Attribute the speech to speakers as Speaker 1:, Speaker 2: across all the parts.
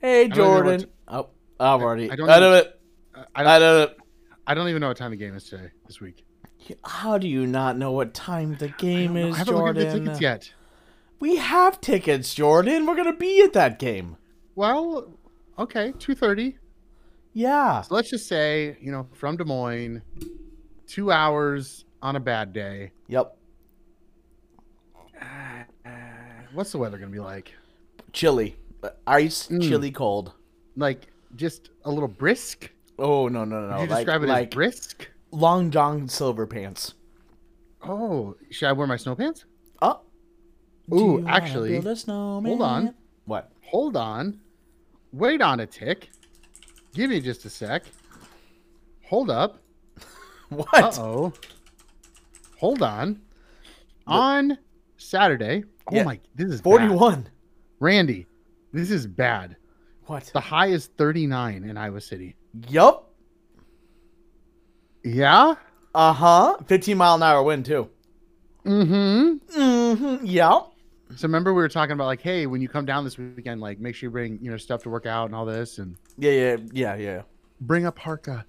Speaker 1: Hey,
Speaker 2: don't even know what
Speaker 1: Jordan.
Speaker 2: t-
Speaker 1: oh, I'm already.
Speaker 2: I
Speaker 1: I
Speaker 2: don't
Speaker 1: don't, I
Speaker 2: even-
Speaker 1: don't,
Speaker 2: I
Speaker 1: I
Speaker 2: don't,
Speaker 1: don't
Speaker 2: I don't even know what time the game is today this week.
Speaker 1: How do you not know what time the
Speaker 2: I
Speaker 1: game
Speaker 2: don't know.
Speaker 1: is,
Speaker 2: I haven't
Speaker 1: Jordan?
Speaker 2: looked at the tickets yet.
Speaker 1: We have tickets, Jordan. We're gonna be at that game.
Speaker 2: Well, okay, two thirty.
Speaker 1: Yeah.
Speaker 2: So let's just say you know from Des Moines, two hours on a bad day.
Speaker 1: Yep.
Speaker 2: What's the weather gonna be like?
Speaker 1: Chilly, Uh, ice,
Speaker 2: Mm.
Speaker 1: chilly, cold.
Speaker 2: Like just a little brisk?
Speaker 1: Oh no no no!
Speaker 2: Would
Speaker 1: no.
Speaker 2: you
Speaker 1: like,
Speaker 2: describe it
Speaker 1: like
Speaker 2: as brisk?
Speaker 1: long john silver pants.
Speaker 2: Oh, should I wear my snow pants?
Speaker 1: Oh. Do you
Speaker 2: Ooh,
Speaker 1: wanna
Speaker 2: actually,
Speaker 1: build a snowman?
Speaker 2: hold on.
Speaker 1: What?
Speaker 2: hold on. Wait on a tick. Give me just a sec. Hold up.
Speaker 1: What?
Speaker 2: Uh oh. Hold on. On Saturday. Oh
Speaker 1: Yeah.
Speaker 2: my, this is bad.
Speaker 1: Forty-one.
Speaker 2: Randy, this is bad.
Speaker 1: What?
Speaker 2: The high is 39 in Iowa City.
Speaker 1: Yup.
Speaker 2: Yeah?
Speaker 1: Uh huh. Fifteen mile an hour wind too.
Speaker 2: Mm hmm.
Speaker 1: Mm-hmm. Yep.
Speaker 2: So remember we were talking about like, hey, when you come down this weekend, like make sure you bring, you know, stuff to work out and all this and
Speaker 1: Yeah yeah yeah yeah.
Speaker 2: bring a parka.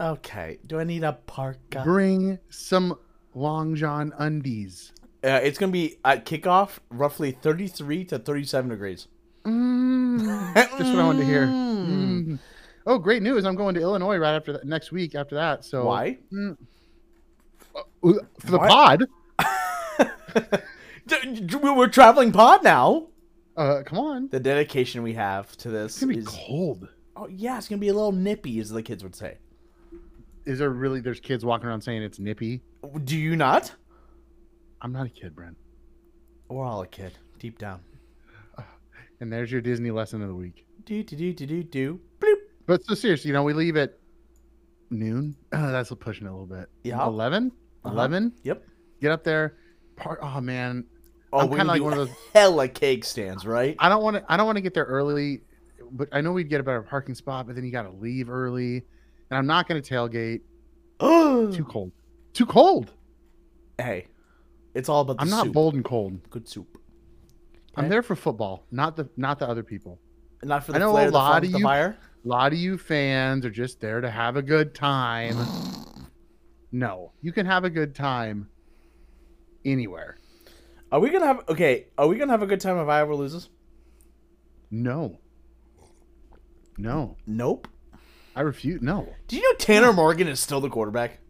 Speaker 1: Okay. Do I need a parka?
Speaker 2: Bring some Long John undies.
Speaker 1: Uh, it's gonna be at kickoff roughly 33 to 37 degrees.
Speaker 2: Mm, that's what I wanted to hear.
Speaker 1: Mm.
Speaker 2: Mm. Oh, great news! I'm going to Illinois right after that, next week. After that, so
Speaker 1: Why?
Speaker 2: Ooh, for the
Speaker 1: What?
Speaker 2: pod?
Speaker 1: D- d- We're traveling pod now.
Speaker 2: Uh, come on,
Speaker 1: The dedication we have to this
Speaker 2: it's gonna be
Speaker 1: is
Speaker 2: cold.
Speaker 1: oh yeah, it's gonna be a little nippy, as the kids would say.
Speaker 2: Is there really? There's kids walking around saying it's nippy.
Speaker 1: Do you not?
Speaker 2: I'm not a kid, Brent.
Speaker 1: We're all a kid deep down.
Speaker 2: And there's your Disney lesson of the week.
Speaker 1: Do do do do do do. Bloop.
Speaker 2: But so seriously, you know, we leave at noon. Uh, that's pushing it a little bit.
Speaker 1: Yeah.
Speaker 2: 11
Speaker 1: Uh-huh.
Speaker 2: 11
Speaker 1: Yep.
Speaker 2: Get up there. Part. Oh man,
Speaker 1: Oh,
Speaker 2: I'm
Speaker 1: we're gonna
Speaker 2: kinda like
Speaker 1: do
Speaker 2: one of those-
Speaker 1: hella cake stands, right?
Speaker 2: I don't want to. I don't want to get there early, but I know we'd get a better parking spot. But then you got to leave early, and I'm not going to tailgate. Too cold. Too cold.
Speaker 1: hey, it's all about the
Speaker 2: I'm not
Speaker 1: soup. Eh?
Speaker 2: bold and cold.
Speaker 1: Good soup.
Speaker 2: I'm
Speaker 1: Okay.
Speaker 2: there for football, not the not the other people.
Speaker 1: Not for
Speaker 2: I
Speaker 1: the
Speaker 2: know a
Speaker 1: flare, the
Speaker 2: lot
Speaker 1: fun,
Speaker 2: of
Speaker 1: the
Speaker 2: you-
Speaker 1: fire.
Speaker 2: A lot of you fans are just there to have a good time. no, you can have a good time anywhere.
Speaker 1: Are we gonna have okay? Are we gonna have a good time if Iowa loses?
Speaker 2: No. No,
Speaker 1: Nope.
Speaker 2: I refute. No.
Speaker 1: Do you know Tanner Morgan is still the quarterback?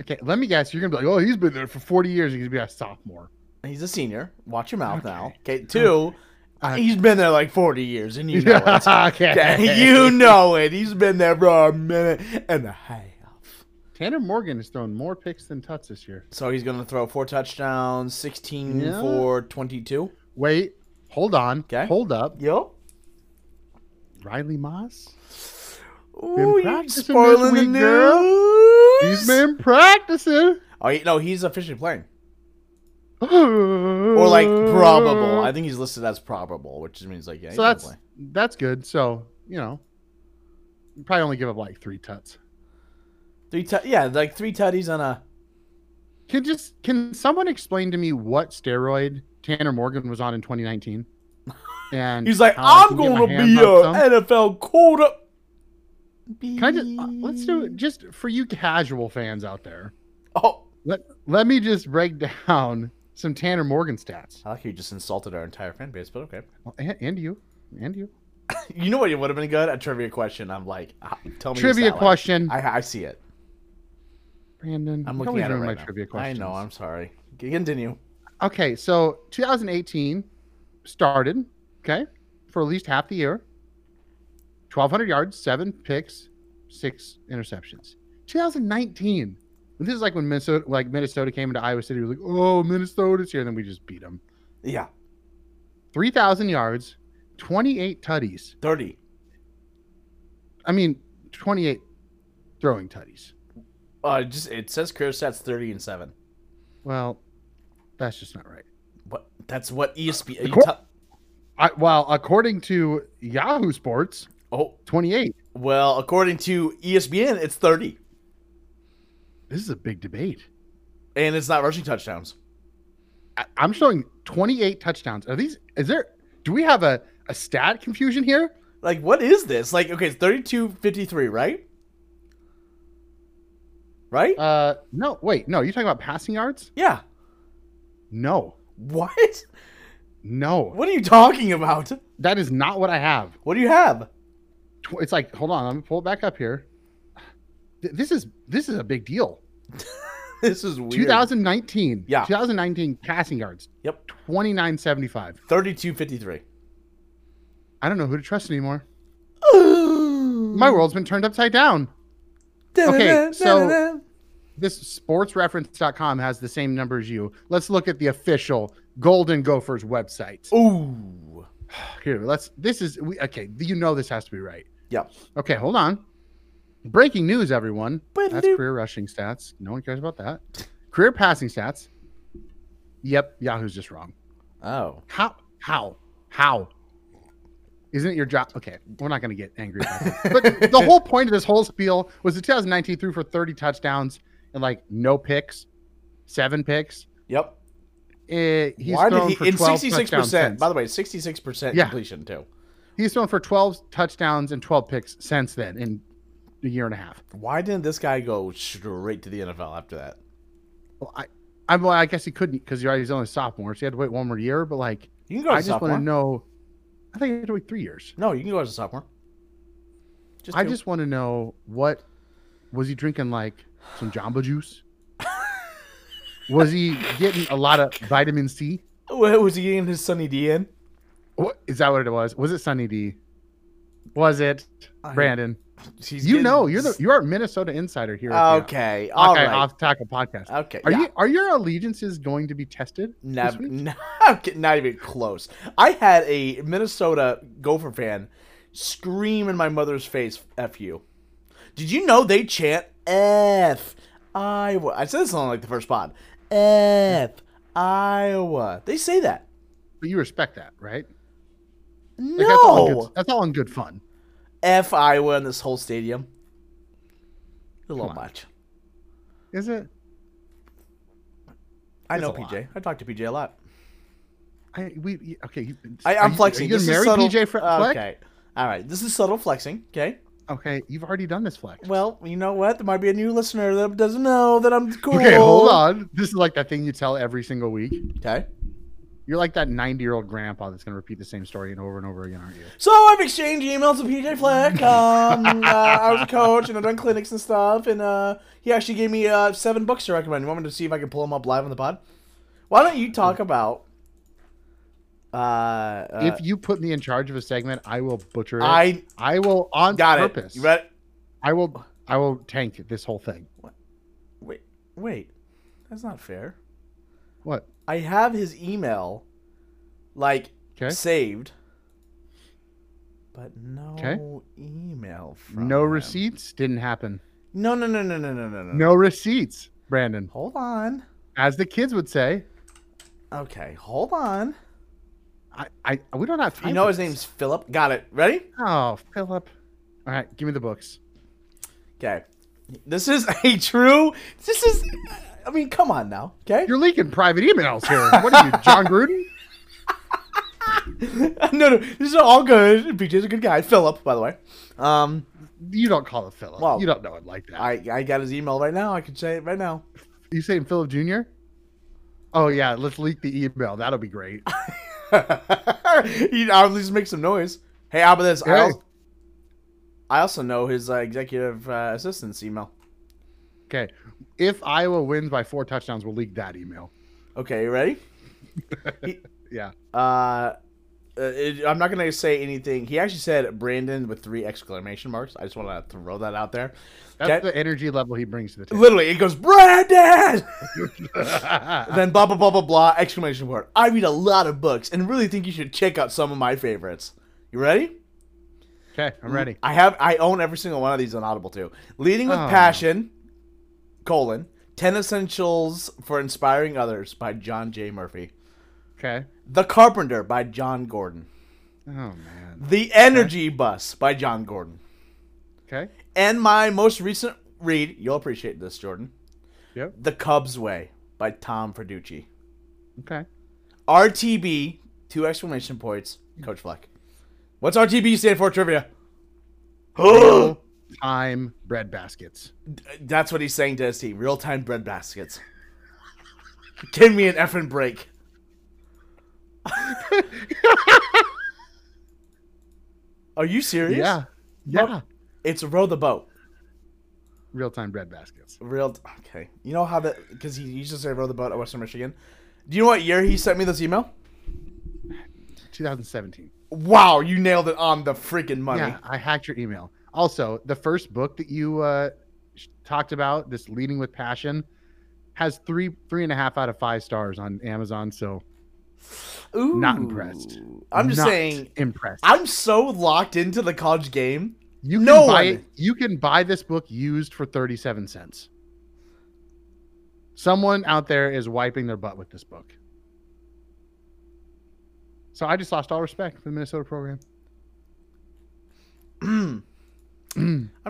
Speaker 2: Okay, let me guess. You're gonna be like, oh, he's been there for 40 years. He's gonna be a sophomore.
Speaker 1: He's a senior. Watch your mouth now.
Speaker 2: Okay.
Speaker 1: Okay, two.
Speaker 2: Uh,
Speaker 1: he's been there like forty years, and you know it.
Speaker 2: okay.
Speaker 1: Okay, you know it. He's been there for a minute and a half.
Speaker 2: Tanner Morgan has thrown more picks than tuts this year.
Speaker 1: So he's gonna throw four touchdowns, sixteen
Speaker 2: Yeah.
Speaker 1: for twenty-two.
Speaker 2: Wait, hold on.
Speaker 1: 'Kay.
Speaker 2: Hold up.
Speaker 1: Yep.
Speaker 2: Riley Moss.
Speaker 1: Ooh, you
Speaker 2: practicing this
Speaker 1: spoiling the
Speaker 2: week, girl.
Speaker 1: news.
Speaker 2: He's been practicing.
Speaker 1: Oh yeah, no, he's officially playing.
Speaker 2: Or
Speaker 1: Or like probable. I think he's listed as probable, which just means like yeah. he's
Speaker 2: so
Speaker 1: gonna
Speaker 2: that's
Speaker 1: play.
Speaker 2: that's good. So, you know. You probably only give up like three tuts.
Speaker 1: three. Tu- yeah, like three tutties on a.
Speaker 2: Can just can someone explain to me what steroid Tanner Morgan was on in 2019? And
Speaker 1: He's like,
Speaker 2: how I
Speaker 1: I'm
Speaker 2: can get my
Speaker 1: gonna
Speaker 2: hands
Speaker 1: be a
Speaker 2: on some?"
Speaker 1: NFL quarter.
Speaker 2: Can I just uh, let's do it just for you casual fans out there.
Speaker 1: Oh,
Speaker 2: Let let me just break down some Tanner Morgan stats.
Speaker 1: I like how you just insulted our entire fan base, but okay.
Speaker 2: Well, And, and you, and you.
Speaker 1: You know what? It would have been good a trivia question. I'm like, ah, tell me your
Speaker 2: Trivia
Speaker 1: stat line.
Speaker 2: question,
Speaker 1: I, I see it.
Speaker 2: Brandon.
Speaker 1: I'm
Speaker 2: you
Speaker 1: looking
Speaker 2: always
Speaker 1: at it
Speaker 2: ruin
Speaker 1: right
Speaker 2: my
Speaker 1: now.
Speaker 2: trivia questions.
Speaker 1: I know. I'm sorry. Continue.
Speaker 2: okay. So 2018 started. Okay, for at least half the year. 1,200 yards, seven picks, six interceptions. 2019. This is like when Minnesota, like Minnesota came into Iowa City. We was like, oh, Minnesota's here. And then we just beat them.
Speaker 1: Yeah,
Speaker 2: 3,000 yards, 28 tutties.
Speaker 1: thirty.
Speaker 2: I mean, 28 throwing tutties.
Speaker 1: Uh, just it says career stats thirty and seven.
Speaker 2: Well, that's just not right.
Speaker 1: What? That's what E ESPN. you
Speaker 2: cor-
Speaker 1: tell-
Speaker 2: I, well, according to Yahoo Sports,
Speaker 1: oh,
Speaker 2: 28.
Speaker 1: well, according to E ESPN, it's thirty,
Speaker 2: This is a big debate.
Speaker 1: and it's not rushing touchdowns.
Speaker 2: I, I'm showing 28 touchdowns. Are these, is there, do we have a, a stat confusion here?
Speaker 1: Like, what is this? Like, okay, it's 32 53, right? Right?
Speaker 2: Uh, no, wait, no. You're talking about passing yards?
Speaker 1: yeah.
Speaker 2: No,
Speaker 1: What?
Speaker 2: no.
Speaker 1: What are you talking about?
Speaker 2: That is not what I have.
Speaker 1: What do you have?
Speaker 2: Tw- It's like, hold on, I'm gonna pull it back up here. Th- This is this is a big deal.
Speaker 1: This is weird.
Speaker 2: 2019.
Speaker 1: Yeah.
Speaker 2: 2019 passing yards.
Speaker 1: Yep.
Speaker 2: 2975.
Speaker 1: 32 53.
Speaker 2: I don't know who to trust anymore. My world's been turned upside down. Okay, so- This sportsreference.com has the same number as you. Let's look at the official Golden Gophers website.
Speaker 1: Ooh.
Speaker 2: Here, let's this is we okay, you know this has to be right.
Speaker 1: Yep.
Speaker 2: Okay, hold on. Breaking news, everyone. That's
Speaker 1: Ba-doop.
Speaker 2: career rushing stats. No one cares about that. Career passing stats. Yep, Yahoo's just wrong.
Speaker 1: Oh.
Speaker 2: How? How? How? Isn't it your job? Okay, we're not going to get angry about this. But the whole point of this whole spiel was the 2019 threw for 30 touchdowns and like no picks, seven picks.
Speaker 1: Yep.
Speaker 2: Eh, he's
Speaker 1: Why
Speaker 2: thrown
Speaker 1: did
Speaker 2: for
Speaker 1: he in
Speaker 2: 12
Speaker 1: 66
Speaker 2: touchdowns
Speaker 1: percent?
Speaker 2: since.
Speaker 1: By the way, 66 percent
Speaker 2: Yeah.
Speaker 1: completion too.
Speaker 2: He's thrown for 12 touchdowns and 12 picks since then in a year and a half.
Speaker 1: Why didn't this guy go straight to the NFL after that?
Speaker 2: Well, I, I, well, I guess he couldn't because he was only a sophomore, so he had to wait one more year. But like,
Speaker 1: You can go
Speaker 2: I
Speaker 1: as a
Speaker 2: just
Speaker 1: Oh, sophomore.
Speaker 2: want to know. I think I had to wait three years.
Speaker 1: No, you can go as a sophomore. Just
Speaker 2: I
Speaker 1: do.
Speaker 2: just want to know what was he drinking like some Jamba Juice? was he getting a lot of vitamin C?
Speaker 1: Wha- was he in his Sunny D in?
Speaker 2: What is that? What it was? Was it Sunny D? Was it
Speaker 1: I-
Speaker 2: Brandon?
Speaker 1: He's
Speaker 2: You
Speaker 1: getting-
Speaker 2: know, you're the you are a Minnesota insider here. at the
Speaker 1: okay. All
Speaker 2: Hawkeye
Speaker 1: right.
Speaker 2: Off Tackle Podcast.
Speaker 1: Okay.
Speaker 2: Are
Speaker 1: yeah.
Speaker 2: you are your allegiances going to be tested?
Speaker 1: Nev-
Speaker 2: week?
Speaker 1: no, I'm kidding, not even close. I had a Minnesota Gopher fan scream in my mother's face, "F you!" Did you know they chant "F Iowa"? I said this on like the first pod. "F Iowa." They say that.
Speaker 2: But you respect that, right? Like, that's, all in good,
Speaker 1: No,
Speaker 2: that's all in good fun.
Speaker 1: F Iowa in this whole stadium. A little
Speaker 2: Come on.
Speaker 1: much.
Speaker 2: Is it?
Speaker 1: I
Speaker 2: It's
Speaker 1: know
Speaker 2: a lot.
Speaker 1: PJ. I talk to PJ a lot.
Speaker 2: I we you- okay. You,
Speaker 1: I,
Speaker 2: are
Speaker 1: I'm
Speaker 2: you-
Speaker 1: flexing.
Speaker 2: Are you
Speaker 1: this
Speaker 2: gonna
Speaker 1: is
Speaker 2: marry
Speaker 1: subtle. Uh,
Speaker 2: PJ Fre- Fleck?
Speaker 1: Okay. All right. This is subtle flexing. Okay.
Speaker 2: Okay, you've already done this flex.
Speaker 1: Well, you know what? There might be a new listener that doesn't know that I'm cool.
Speaker 2: Okay, hold on. This is like that thing you tell every single week.
Speaker 1: Okay.
Speaker 2: You're like that 90 year old grandpa that's going to repeat the same story and over and over again, aren't you?
Speaker 1: So I've exchanged emails with PJ Fleck. Um, uh, I was a coach and I've done clinics and stuff. And uh, he actually gave me uh, seven books to recommend. You want me to see if I can pull them up live on the pod? Why don't you talk about? Uh, uh,
Speaker 2: Mm. if you put me in charge of a segment, I will butcher it. I,
Speaker 1: I
Speaker 2: will on
Speaker 1: got
Speaker 2: purpose.
Speaker 1: it. You read?
Speaker 2: I will I will tank this whole thing.
Speaker 1: Wait, wait, that's not fair.
Speaker 2: What?
Speaker 1: I have his email, like
Speaker 2: Okay.
Speaker 1: saved, but no
Speaker 2: Okay.
Speaker 1: email from
Speaker 2: No
Speaker 1: him.
Speaker 2: receipts didn't happen.
Speaker 1: No, no, no, no, no, no, no, no.
Speaker 2: No receipts, Brandon.
Speaker 1: Hold on.
Speaker 2: As the kids would say,
Speaker 1: Okay, hold on.
Speaker 2: I, I we don't have time.
Speaker 1: You know
Speaker 2: for
Speaker 1: his
Speaker 2: this.
Speaker 1: name's Philip. Got it. Ready?
Speaker 2: Oh, Philip. All right, give me the books.
Speaker 1: Okay. This is a true. This is. I mean, come on now. Okay.
Speaker 2: You're leaking private emails here. What are you, John Gruden?
Speaker 1: no, no. This is all good. BJ's a good guy. Philip, by the way. Um,
Speaker 2: You don't call it Philip.
Speaker 1: Well,
Speaker 2: you don't know it like that.
Speaker 1: I I got his email right now. I can say it right now.
Speaker 2: You saying Philip Jr.? Oh yeah, let's leak the email. That'll be great.
Speaker 1: you know, at least make some noise. Hey, how about this? I,
Speaker 2: Hey.
Speaker 1: also, I also know his uh, executive uh, assistant's email.
Speaker 2: Okay. If Iowa wins by four touchdowns, we'll leak that email.
Speaker 1: Okay, you ready? He-
Speaker 2: Yeah.
Speaker 1: uh, uh, it, I'm not gonna say anything. He actually said Brandon with three exclamation marks. I just want to throw that out there.
Speaker 2: That's
Speaker 1: Okay.
Speaker 2: the energy level he brings to the table.
Speaker 1: Literally, it goes Brandon.
Speaker 2: I
Speaker 1: then blah blah blah blah blah exclamation mark. I read a lot of books and really think you should check out some of my favorites. You ready?
Speaker 2: okay, I'm ready.
Speaker 1: I have I own every single one of these on Audible too. Leading with
Speaker 2: Oh.
Speaker 1: Passion, colon, Ten Essentials for Inspiring Others by John J. Murphy.
Speaker 2: Okay.
Speaker 1: The Carpenter by John Gordon.
Speaker 2: Oh man.
Speaker 1: The Energy Bus by John Gordon.
Speaker 2: Okay.
Speaker 1: And my most recent read, you'll appreciate this, Jordan.
Speaker 2: Yep.
Speaker 1: The Cubs Way by Tom Ferducci.
Speaker 2: Okay.
Speaker 1: RTB, two exclamation points, Coach Fleck. What's RTB stand for trivia?
Speaker 2: Real time bread baskets.
Speaker 1: That's what he's saying to his team. Real time bread baskets. Give me an effing break. Are you serious?
Speaker 2: Yeah. Yeah.
Speaker 1: It's row the boat.
Speaker 2: Real time bread baskets.
Speaker 1: Real. Okay. You know how that. Because he used to say row the boat at Western Michigan. Do you know what year he sent me this email?
Speaker 2: 2017.
Speaker 1: Wow, you nailed it on the freaking money.
Speaker 2: Yeah, I hacked your email. Also, the first book that you uh, sh- talked about, this Leading with Passion, has three three and a half out of five stars on Amazon. So
Speaker 1: Ooh.
Speaker 2: not impressed.
Speaker 1: I'm just
Speaker 2: not
Speaker 1: saying.
Speaker 2: impressed.
Speaker 1: I'm so locked into the college game.
Speaker 2: you can
Speaker 1: no
Speaker 2: buy
Speaker 1: one-
Speaker 2: it, you can buy this book used for thirty seven cents. Someone out there is wiping their butt with this book. So I just lost all respect for the Minnesota program.
Speaker 1: I'm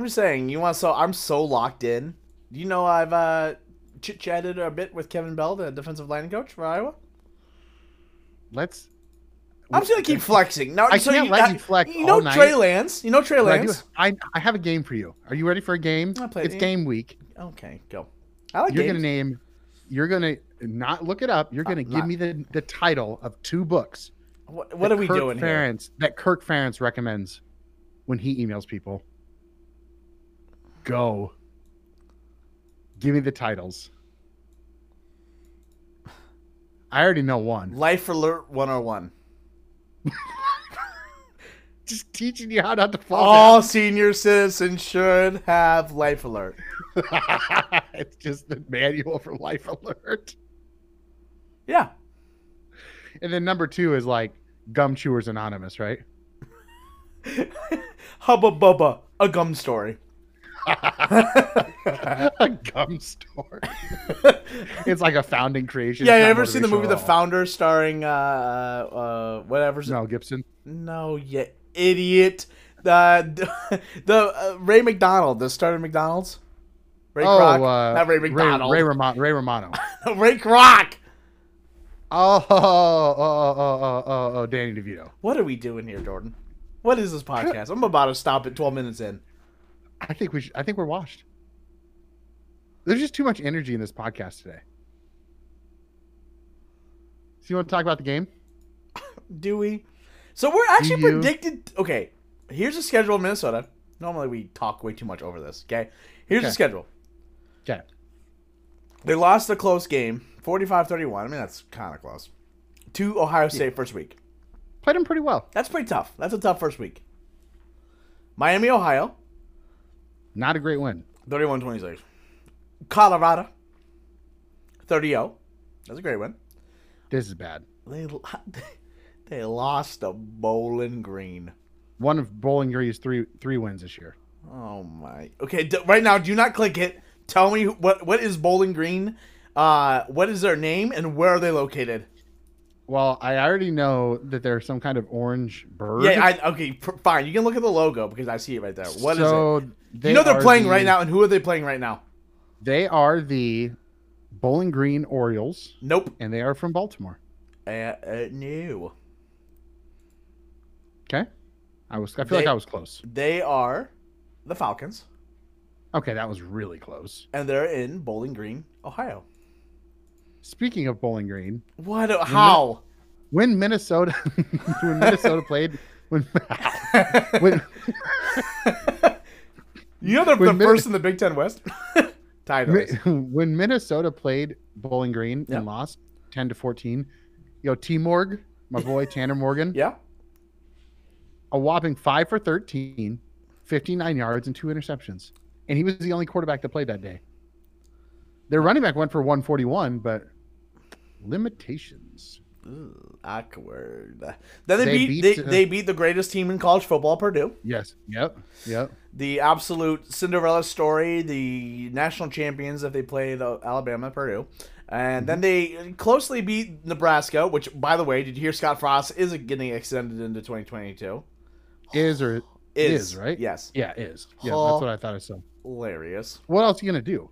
Speaker 1: just saying. You want so? I'm so locked in. You know, I've uh, chit chatted a bit with Kevin Bell, the defensive line coach for Iowa.
Speaker 2: Let's.
Speaker 1: I'm just gonna keep flexing. No,
Speaker 2: I
Speaker 1: so
Speaker 2: can't
Speaker 1: you,
Speaker 2: let
Speaker 1: I-
Speaker 2: you flex
Speaker 1: You know
Speaker 2: all night.
Speaker 1: Trey Lance. You know Trey
Speaker 2: But I, do-
Speaker 1: Lance.
Speaker 2: I, I have a game for you. Are you ready for a game?
Speaker 1: I played
Speaker 2: It's
Speaker 1: it.
Speaker 2: game week.
Speaker 1: Okay, go. I like
Speaker 2: You're
Speaker 1: games.
Speaker 2: gonna name. You're gonna not look it up. You're gonna
Speaker 1: I'm
Speaker 2: give
Speaker 1: Uh, not.
Speaker 2: me the, the title of two books.
Speaker 1: What, what
Speaker 2: that
Speaker 1: are we
Speaker 2: Kirk
Speaker 1: doing here?
Speaker 2: Ferentz, That Kirk Ferentz recommends when he emails people. Go. Give me the titles. I already know one.
Speaker 1: Life Alert 101.
Speaker 2: Just teaching you how not to fall.
Speaker 1: All senior citizens should have Life Alert.
Speaker 2: down. it's just the manual for life alert.
Speaker 1: Yeah.
Speaker 2: And then number two is like Gum Chewers Anonymous, right?
Speaker 1: Hubba Bubba, a gum story.
Speaker 2: a gum store. it's like a founding creation.
Speaker 1: yeah,
Speaker 2: It's
Speaker 1: you
Speaker 2: not
Speaker 1: ever seen the
Speaker 2: motivational
Speaker 1: movie
Speaker 2: at
Speaker 1: The
Speaker 2: all.
Speaker 1: Founder starring uh uh whatever's
Speaker 2: No, Gibson.
Speaker 1: No, you idiot. The the uh, Ray McDonald, the starter McDonald's. Ray Kroc, not Ray McDonald.
Speaker 2: Oh, uh, Ray,
Speaker 1: Ray,
Speaker 2: Romano. Ray Romano.
Speaker 1: Kroc.
Speaker 2: oh, oh, oh, oh, oh, oh, oh, Danny DeVito.
Speaker 1: What are we doing here, Jordan? What is this podcast? I'm about to stop at 12 minutes in.
Speaker 2: I think we. Should, I think we're washed. There's just too much energy in this podcast today. So you want to talk about the game?
Speaker 1: Do we? So we're actually
Speaker 2: you?
Speaker 1: predicted. Okay, here's the schedule of Minnesota. Normally we talk way too much over this. Okay, here's the
Speaker 2: Okay.
Speaker 1: schedule.
Speaker 2: Okay.
Speaker 1: They lost a close game, 45-31. I mean that's kind of close. To Ohio State first week.
Speaker 2: Played him pretty well.
Speaker 1: That's pretty tough. That's a tough first week. Miami, Ohio,
Speaker 2: Not a great win.
Speaker 1: 31-26. Colorado, 30-0. That's a great win.
Speaker 2: This is bad.
Speaker 1: They lo- they lost to Bowling Green.
Speaker 2: One of Bowling Green's three three wins this year.
Speaker 1: Oh my. Okay, d- right now, do not click it. Tell me who- what what is Bowling Green? Uh, what is their name and where are they located?
Speaker 2: Well, I already know that there's some kind of orange bird.
Speaker 1: Yeah, I, okay, pr- fine. You can look at the logo because I see it right there. What is
Speaker 2: so
Speaker 1: it?
Speaker 2: They
Speaker 1: You know they're
Speaker 2: are
Speaker 1: playing right
Speaker 2: the-
Speaker 1: now, and who are they playing right now?
Speaker 2: They are the Bowling Green Orioles,
Speaker 1: Nope.
Speaker 2: and they are from Baltimore.
Speaker 1: Uh, uh, no.
Speaker 2: Okay, I was. I feel like
Speaker 1: They-
Speaker 2: I was close.
Speaker 1: They are the Falcons,
Speaker 2: Okay, that was really close.
Speaker 1: and they're in Bowling Green, Ohio.
Speaker 2: Speaking of Bowling Green,
Speaker 1: What? a- How?
Speaker 2: when Minnesota when Minnesota played when when
Speaker 1: You know they're
Speaker 2: When
Speaker 1: the
Speaker 2: Min-
Speaker 1: first in the Big Ten West. Titles.
Speaker 2: when Minnesota played Bowling Green
Speaker 1: Yeah.
Speaker 2: and lost ten to fourteen, yo T Morg, my boy Tanner Morgan,
Speaker 1: Yeah.
Speaker 2: a whopping five for 13, 59 yards and two interceptions, and he was the only quarterback that played that day. Their running back went for one forty one, but limitations.
Speaker 1: Ooh, awkward. Then they,
Speaker 2: They
Speaker 1: beat,
Speaker 2: beat,
Speaker 1: they,
Speaker 2: uh,
Speaker 1: they beat the greatest team in college football, Purdue.
Speaker 2: Yes. Yep. Yep.
Speaker 1: The absolute Cinderella story, the national champions if they played uh, Alabama, Purdue. And then they closely beat Nebraska, which, by the way, did you hear Scott Frost is getting extended into 2022?
Speaker 2: Is or is,
Speaker 1: Is,
Speaker 2: right?
Speaker 1: Yes.
Speaker 2: Yeah, is. Yeah,
Speaker 1: Huh.
Speaker 2: that's what I thought I saw.
Speaker 1: Hilarious.
Speaker 2: What else are you gonna do?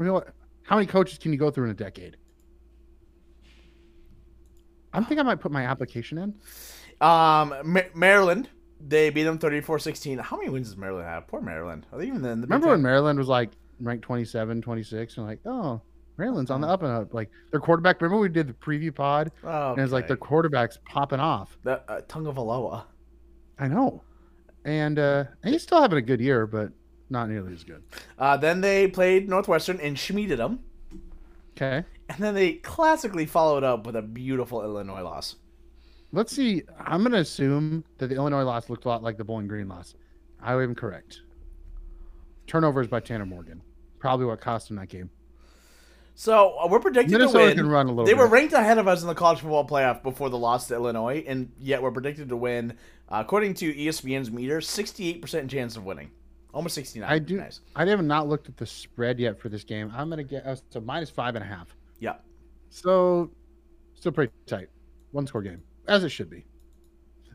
Speaker 2: I mean, what, how many coaches can you go through in a decade? I think I might put my application in.
Speaker 1: Um, Ma- Maryland, they beat them 34-16. How many wins does Maryland have? Poor Maryland. Are they even in the Big
Speaker 2: Remember when
Speaker 1: Ten?
Speaker 2: Maryland was like ranked 27, 26, and like, oh, Maryland's on the up and up. Like their quarterback. Remember we did the preview pod,
Speaker 1: Oh,
Speaker 2: and it's like
Speaker 1: okay.
Speaker 2: their quarterback's popping off.
Speaker 1: the uh, tongue of Aloha.
Speaker 2: I know, and uh, and he's still having a good year, but not nearly as good.
Speaker 1: Uh, then they played Northwestern and schmeeded them,
Speaker 2: Okay,
Speaker 1: and then they classically followed up with a beautiful Illinois loss.
Speaker 2: let's see. I'm gonna assume that the Illinois loss looked a lot like the Bowling Green loss. I am correct. Turnovers by Tanner Morgan, probably what cost him that game.
Speaker 1: So uh, we're predicted to
Speaker 2: Minnesota
Speaker 1: win.
Speaker 2: can run a little.
Speaker 1: They
Speaker 2: bit.
Speaker 1: were ranked ahead of us in the college football playoff before the loss to Illinois, and yet we're predicted to win, uh, according to ESPN's meter, 68% chance of winning. Almost 69.
Speaker 2: I do-
Speaker 1: Nice.
Speaker 2: I haven't not looked at the spread yet for this game. I'm gonna get us to minus five and a half.
Speaker 1: Yeah.
Speaker 2: So, still pretty tight, one score game as it should be.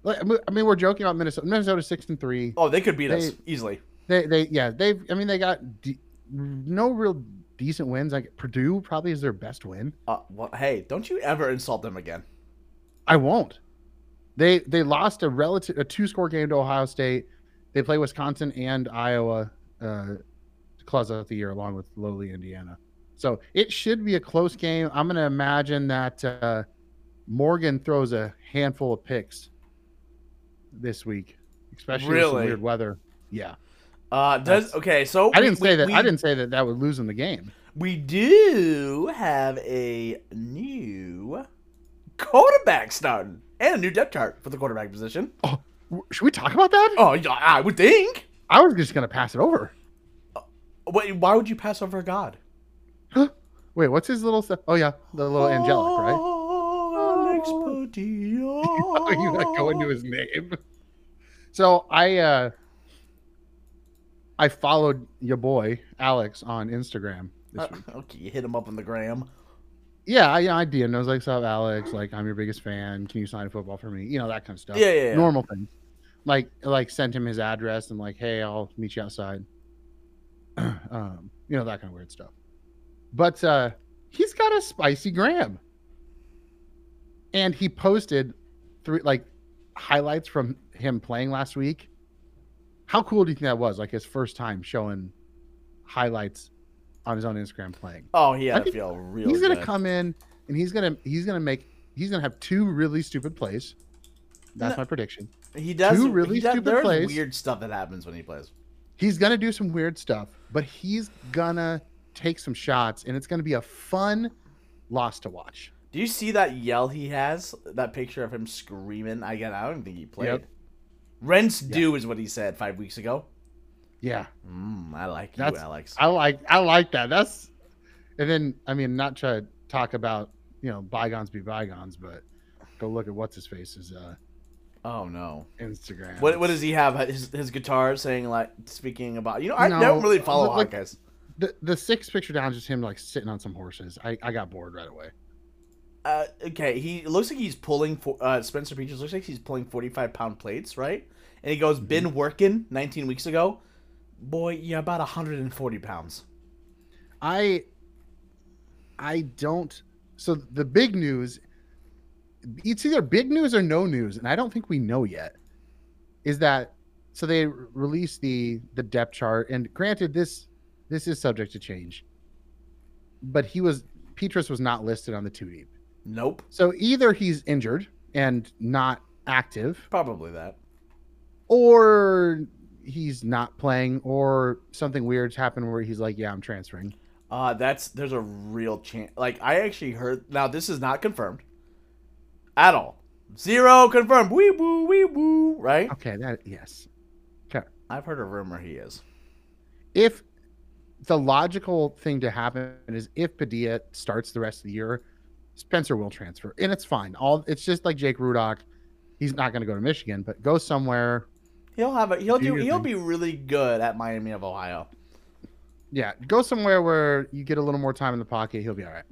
Speaker 2: Like, I mean- I mean, we're joking about Minnesota. Minnesota six and three.
Speaker 1: Oh, they could beat us
Speaker 2: They-
Speaker 1: easily.
Speaker 2: They, they, yeah, they've. I mean, they got de- no real decent wins. Like Purdue probably is their best win.
Speaker 1: Uh, well, hey, don't you ever insult them again.
Speaker 2: I won't. They they lost a relative a two score game to Ohio State. They play Wisconsin and Iowa uh, to close out the year, along with lowly Indiana. So it should be a close game. I'm going to imagine that uh, Morgan throws a handful of picks this week, especially with some
Speaker 1: Really?
Speaker 2: weird weather. Yeah,
Speaker 1: Uh, does okay. So
Speaker 2: I didn't
Speaker 1: we-
Speaker 2: say
Speaker 1: we-
Speaker 2: that. I
Speaker 1: we-
Speaker 2: didn't say that that would lose him the game.
Speaker 1: We do have a new quarterback starting and a new depth chart for the quarterback position.
Speaker 2: W- Should we talk about that?
Speaker 1: Oh, yeah, I would think.
Speaker 2: I was just going to pass it over.
Speaker 1: Wait, why would you pass over God?
Speaker 2: Wait, what's his little? Th- oh yeah, the little angelic, right?
Speaker 1: Oh, Alex
Speaker 2: Oh.
Speaker 1: Padilla.
Speaker 2: Oh, you like go into his name. So I uh I followed your boy Alex on Instagram this
Speaker 1: Uh,
Speaker 2: week.
Speaker 1: okay, you hit him up on the gram.
Speaker 2: Yeah, I, yeah, I DM'd. I was like, "Sup, Alex? Like, I'm your biggest fan. Can you sign football for me? You know that kind of stuff.
Speaker 1: Yeah, yeah, yeah.
Speaker 2: normal things. Like, like sent him his address and like, hey, I'll meet you outside. um, you know that kind of weird stuff. But uh, he's got a spicy gram, and he posted three like highlights from him playing last week. How cool do you think that was? Like his first time showing highlights on his own Instagram playing
Speaker 1: Oh, he
Speaker 2: I
Speaker 1: had to
Speaker 2: think
Speaker 1: feel real.
Speaker 2: he's gonna
Speaker 1: good.
Speaker 2: come in and he's gonna he's gonna make he's gonna have two really stupid plays. That's my prediction.
Speaker 1: He does
Speaker 2: two really
Speaker 1: he does,
Speaker 2: stupid
Speaker 1: there's
Speaker 2: plays.
Speaker 1: weird stuff that happens when he plays.
Speaker 2: He's gonna do some weird stuff, but he's gonna take some shots, and it's gonna be a fun loss to watch.
Speaker 1: Do you see that yell he has? That picture of him screaming. Again, I don't think he played.
Speaker 2: Yep.
Speaker 1: Rents due is what he said five weeks ago.
Speaker 2: Yeah,
Speaker 1: Mm, I like you,
Speaker 2: That's-
Speaker 1: Alex.
Speaker 2: I like I like that. That's and then I mean not try to talk about you know bygones be bygones, but go look at what's his face's uh,
Speaker 1: oh no.
Speaker 2: Instagram.
Speaker 1: What, what does he have? His, his guitar saying like speaking about you know I
Speaker 2: No,
Speaker 1: don't really follow
Speaker 2: look- look-
Speaker 1: hot guys.
Speaker 2: the the sixth picture down? is Just him like sitting on some horses. I I got bored right away.
Speaker 1: Uh, okay, he it looks like he's pulling for uh, Spencer Peaches. Looks like he's pulling forty five pound plates, right? And he goes,
Speaker 2: Mm-hmm.
Speaker 1: "Been working nineteen weeks ago, boy. You're about hundred and forty pounds."
Speaker 2: I I don't so the big news it's either big news or no news and I don't think we know yet is that so they re- released the the depth chart and granted this this is subject to change but he was Petrus was not listed on the 2 deep.
Speaker 1: Nope,
Speaker 2: So either he's injured and not active
Speaker 1: probably that.
Speaker 2: or he's not playing or something weird's happened where he's like yeah I'm transferring.
Speaker 1: Uh, that's there's a real chance. Like I actually heard. Now this is not confirmed, at all. Zero confirmed. Wee woo, wee woo. Right?
Speaker 2: Okay, that yes.
Speaker 1: I've heard a rumor he is.
Speaker 2: if the logical thing to happen is if Padilla starts the rest of the year, Spencer will transfer, and it's fine. All it's just like Jake Rudock, he's not going to go to Michigan, but go somewhere.
Speaker 1: He'll have a he'll
Speaker 2: Do
Speaker 1: do
Speaker 2: your
Speaker 1: he'll
Speaker 2: thing.
Speaker 1: be really good at Miami of Ohio.
Speaker 2: Yeah, go somewhere where you get a little more time in the pocket. He'll be all right.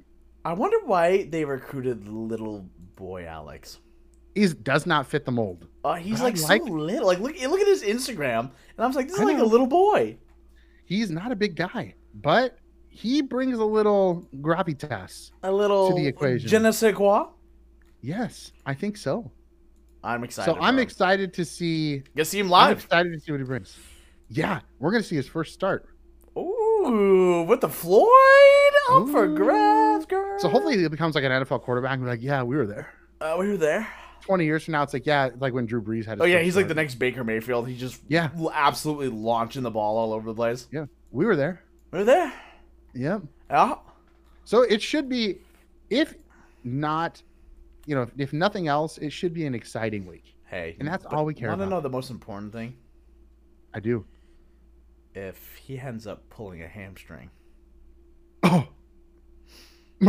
Speaker 1: I wonder why they recruited little boy Alex.
Speaker 2: He does not fit the mold.
Speaker 1: Uh, he's
Speaker 2: I
Speaker 1: like,
Speaker 2: like-
Speaker 1: so little. Like look look at his Instagram, and I was like, this is
Speaker 2: I
Speaker 1: like
Speaker 2: know.
Speaker 1: a little boy.
Speaker 2: He's not a big guy, but he brings a little gravitas.
Speaker 1: A little
Speaker 2: equation.
Speaker 1: Je ne sais quoi.
Speaker 2: Yes, I think so.
Speaker 1: I'm excited.
Speaker 2: So I'm
Speaker 1: bro.
Speaker 2: excited to see.
Speaker 1: Gonna see him
Speaker 2: I'm
Speaker 1: live.
Speaker 2: excited to see what he brings. Yeah, we're gonna see his first start.
Speaker 1: Ooh, with the Floyd up for
Speaker 2: Ooh.
Speaker 1: grabs, girl.
Speaker 2: So hopefully he becomes like an NFL quarterback and be like, yeah, we were there.
Speaker 1: uh, we were there.
Speaker 2: 20 years from now, it's like, yeah, like when Drew Brees had his
Speaker 1: Oh yeah,
Speaker 2: first
Speaker 1: he's like the
Speaker 2: start.
Speaker 1: next Baker Mayfield. He just
Speaker 2: Yeah,
Speaker 1: l- absolutely launching the ball all over the place.
Speaker 2: we were there.
Speaker 1: We were there.
Speaker 2: Yep.
Speaker 1: Yeah.
Speaker 2: So it should be, if not, you know, if, if nothing else, it should be an exciting week.
Speaker 1: Hey.
Speaker 2: And that's all we care
Speaker 1: want to
Speaker 2: about.
Speaker 1: know the most important thing?
Speaker 2: I do.
Speaker 1: If he ends up pulling a hamstring,
Speaker 2: Oh.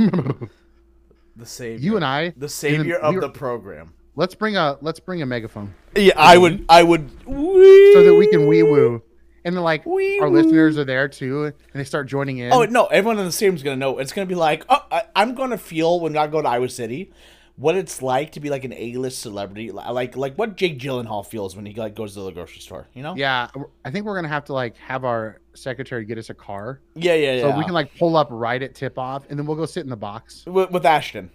Speaker 1: the savior.
Speaker 2: you and I,
Speaker 1: the savior
Speaker 2: we
Speaker 1: of
Speaker 2: were-
Speaker 1: the program.
Speaker 2: let's bring a let's bring a megaphone
Speaker 1: Yeah, I would. I would.
Speaker 2: so that we can wee woo, and then like
Speaker 1: Wee
Speaker 2: our
Speaker 1: woo.
Speaker 2: listeners are there too, and they start joining in.
Speaker 1: Oh no! Everyone in the stadium's gonna know. It's gonna be like, oh, I, I'm gonna feel when I go to Iowa City, what it's like to be like an A-list celebrity, li- like like what Jake Gyllenhaal feels when he like goes to the grocery store. You know?
Speaker 2: Yeah, I think we're gonna have to like have our secretary get us a car
Speaker 1: yeah, yeah. yeah.
Speaker 2: so we can like pull up right at tip off, and then we'll go sit in the box.
Speaker 1: with, with Ashton.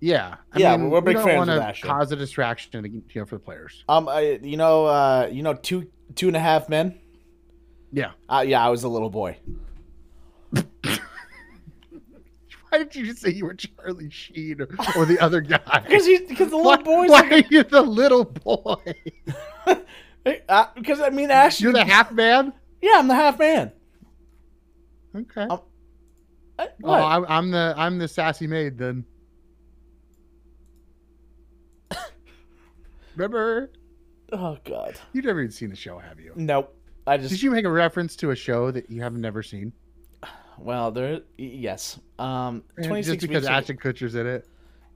Speaker 2: Yeah,
Speaker 1: Yeah, we're big
Speaker 2: we don't
Speaker 1: fans of
Speaker 2: wanna
Speaker 1: that shit.
Speaker 2: Cause a distraction, you know, for the players.
Speaker 1: Um, I, you know, uh, you know, two two and a half men.
Speaker 2: Yeah.
Speaker 1: Uh, yeah, I was a little boy.
Speaker 2: Why did you just say you were Charlie Sheen or, or the other guy?
Speaker 1: Because he's because the
Speaker 2: why,
Speaker 1: little boys.
Speaker 2: why are you the little boy?
Speaker 1: Because uh, I mean, Ashton.
Speaker 2: You're the half man.
Speaker 1: yeah, I'm the half man.
Speaker 2: Okay.
Speaker 1: Oh, Uh,
Speaker 2: Oh,
Speaker 1: What?
Speaker 2: I'm, I'm the I'm the sassy maid then. Remember,
Speaker 1: oh God.
Speaker 2: you've never even seen the show, have you?
Speaker 1: Nope. I just
Speaker 2: Did you make a reference to a show that you have never seen?
Speaker 1: Well, there. y- Yes. Um. Twenty
Speaker 2: Just
Speaker 1: six
Speaker 2: because
Speaker 1: weeks.
Speaker 2: Ashton Kutcher's in it.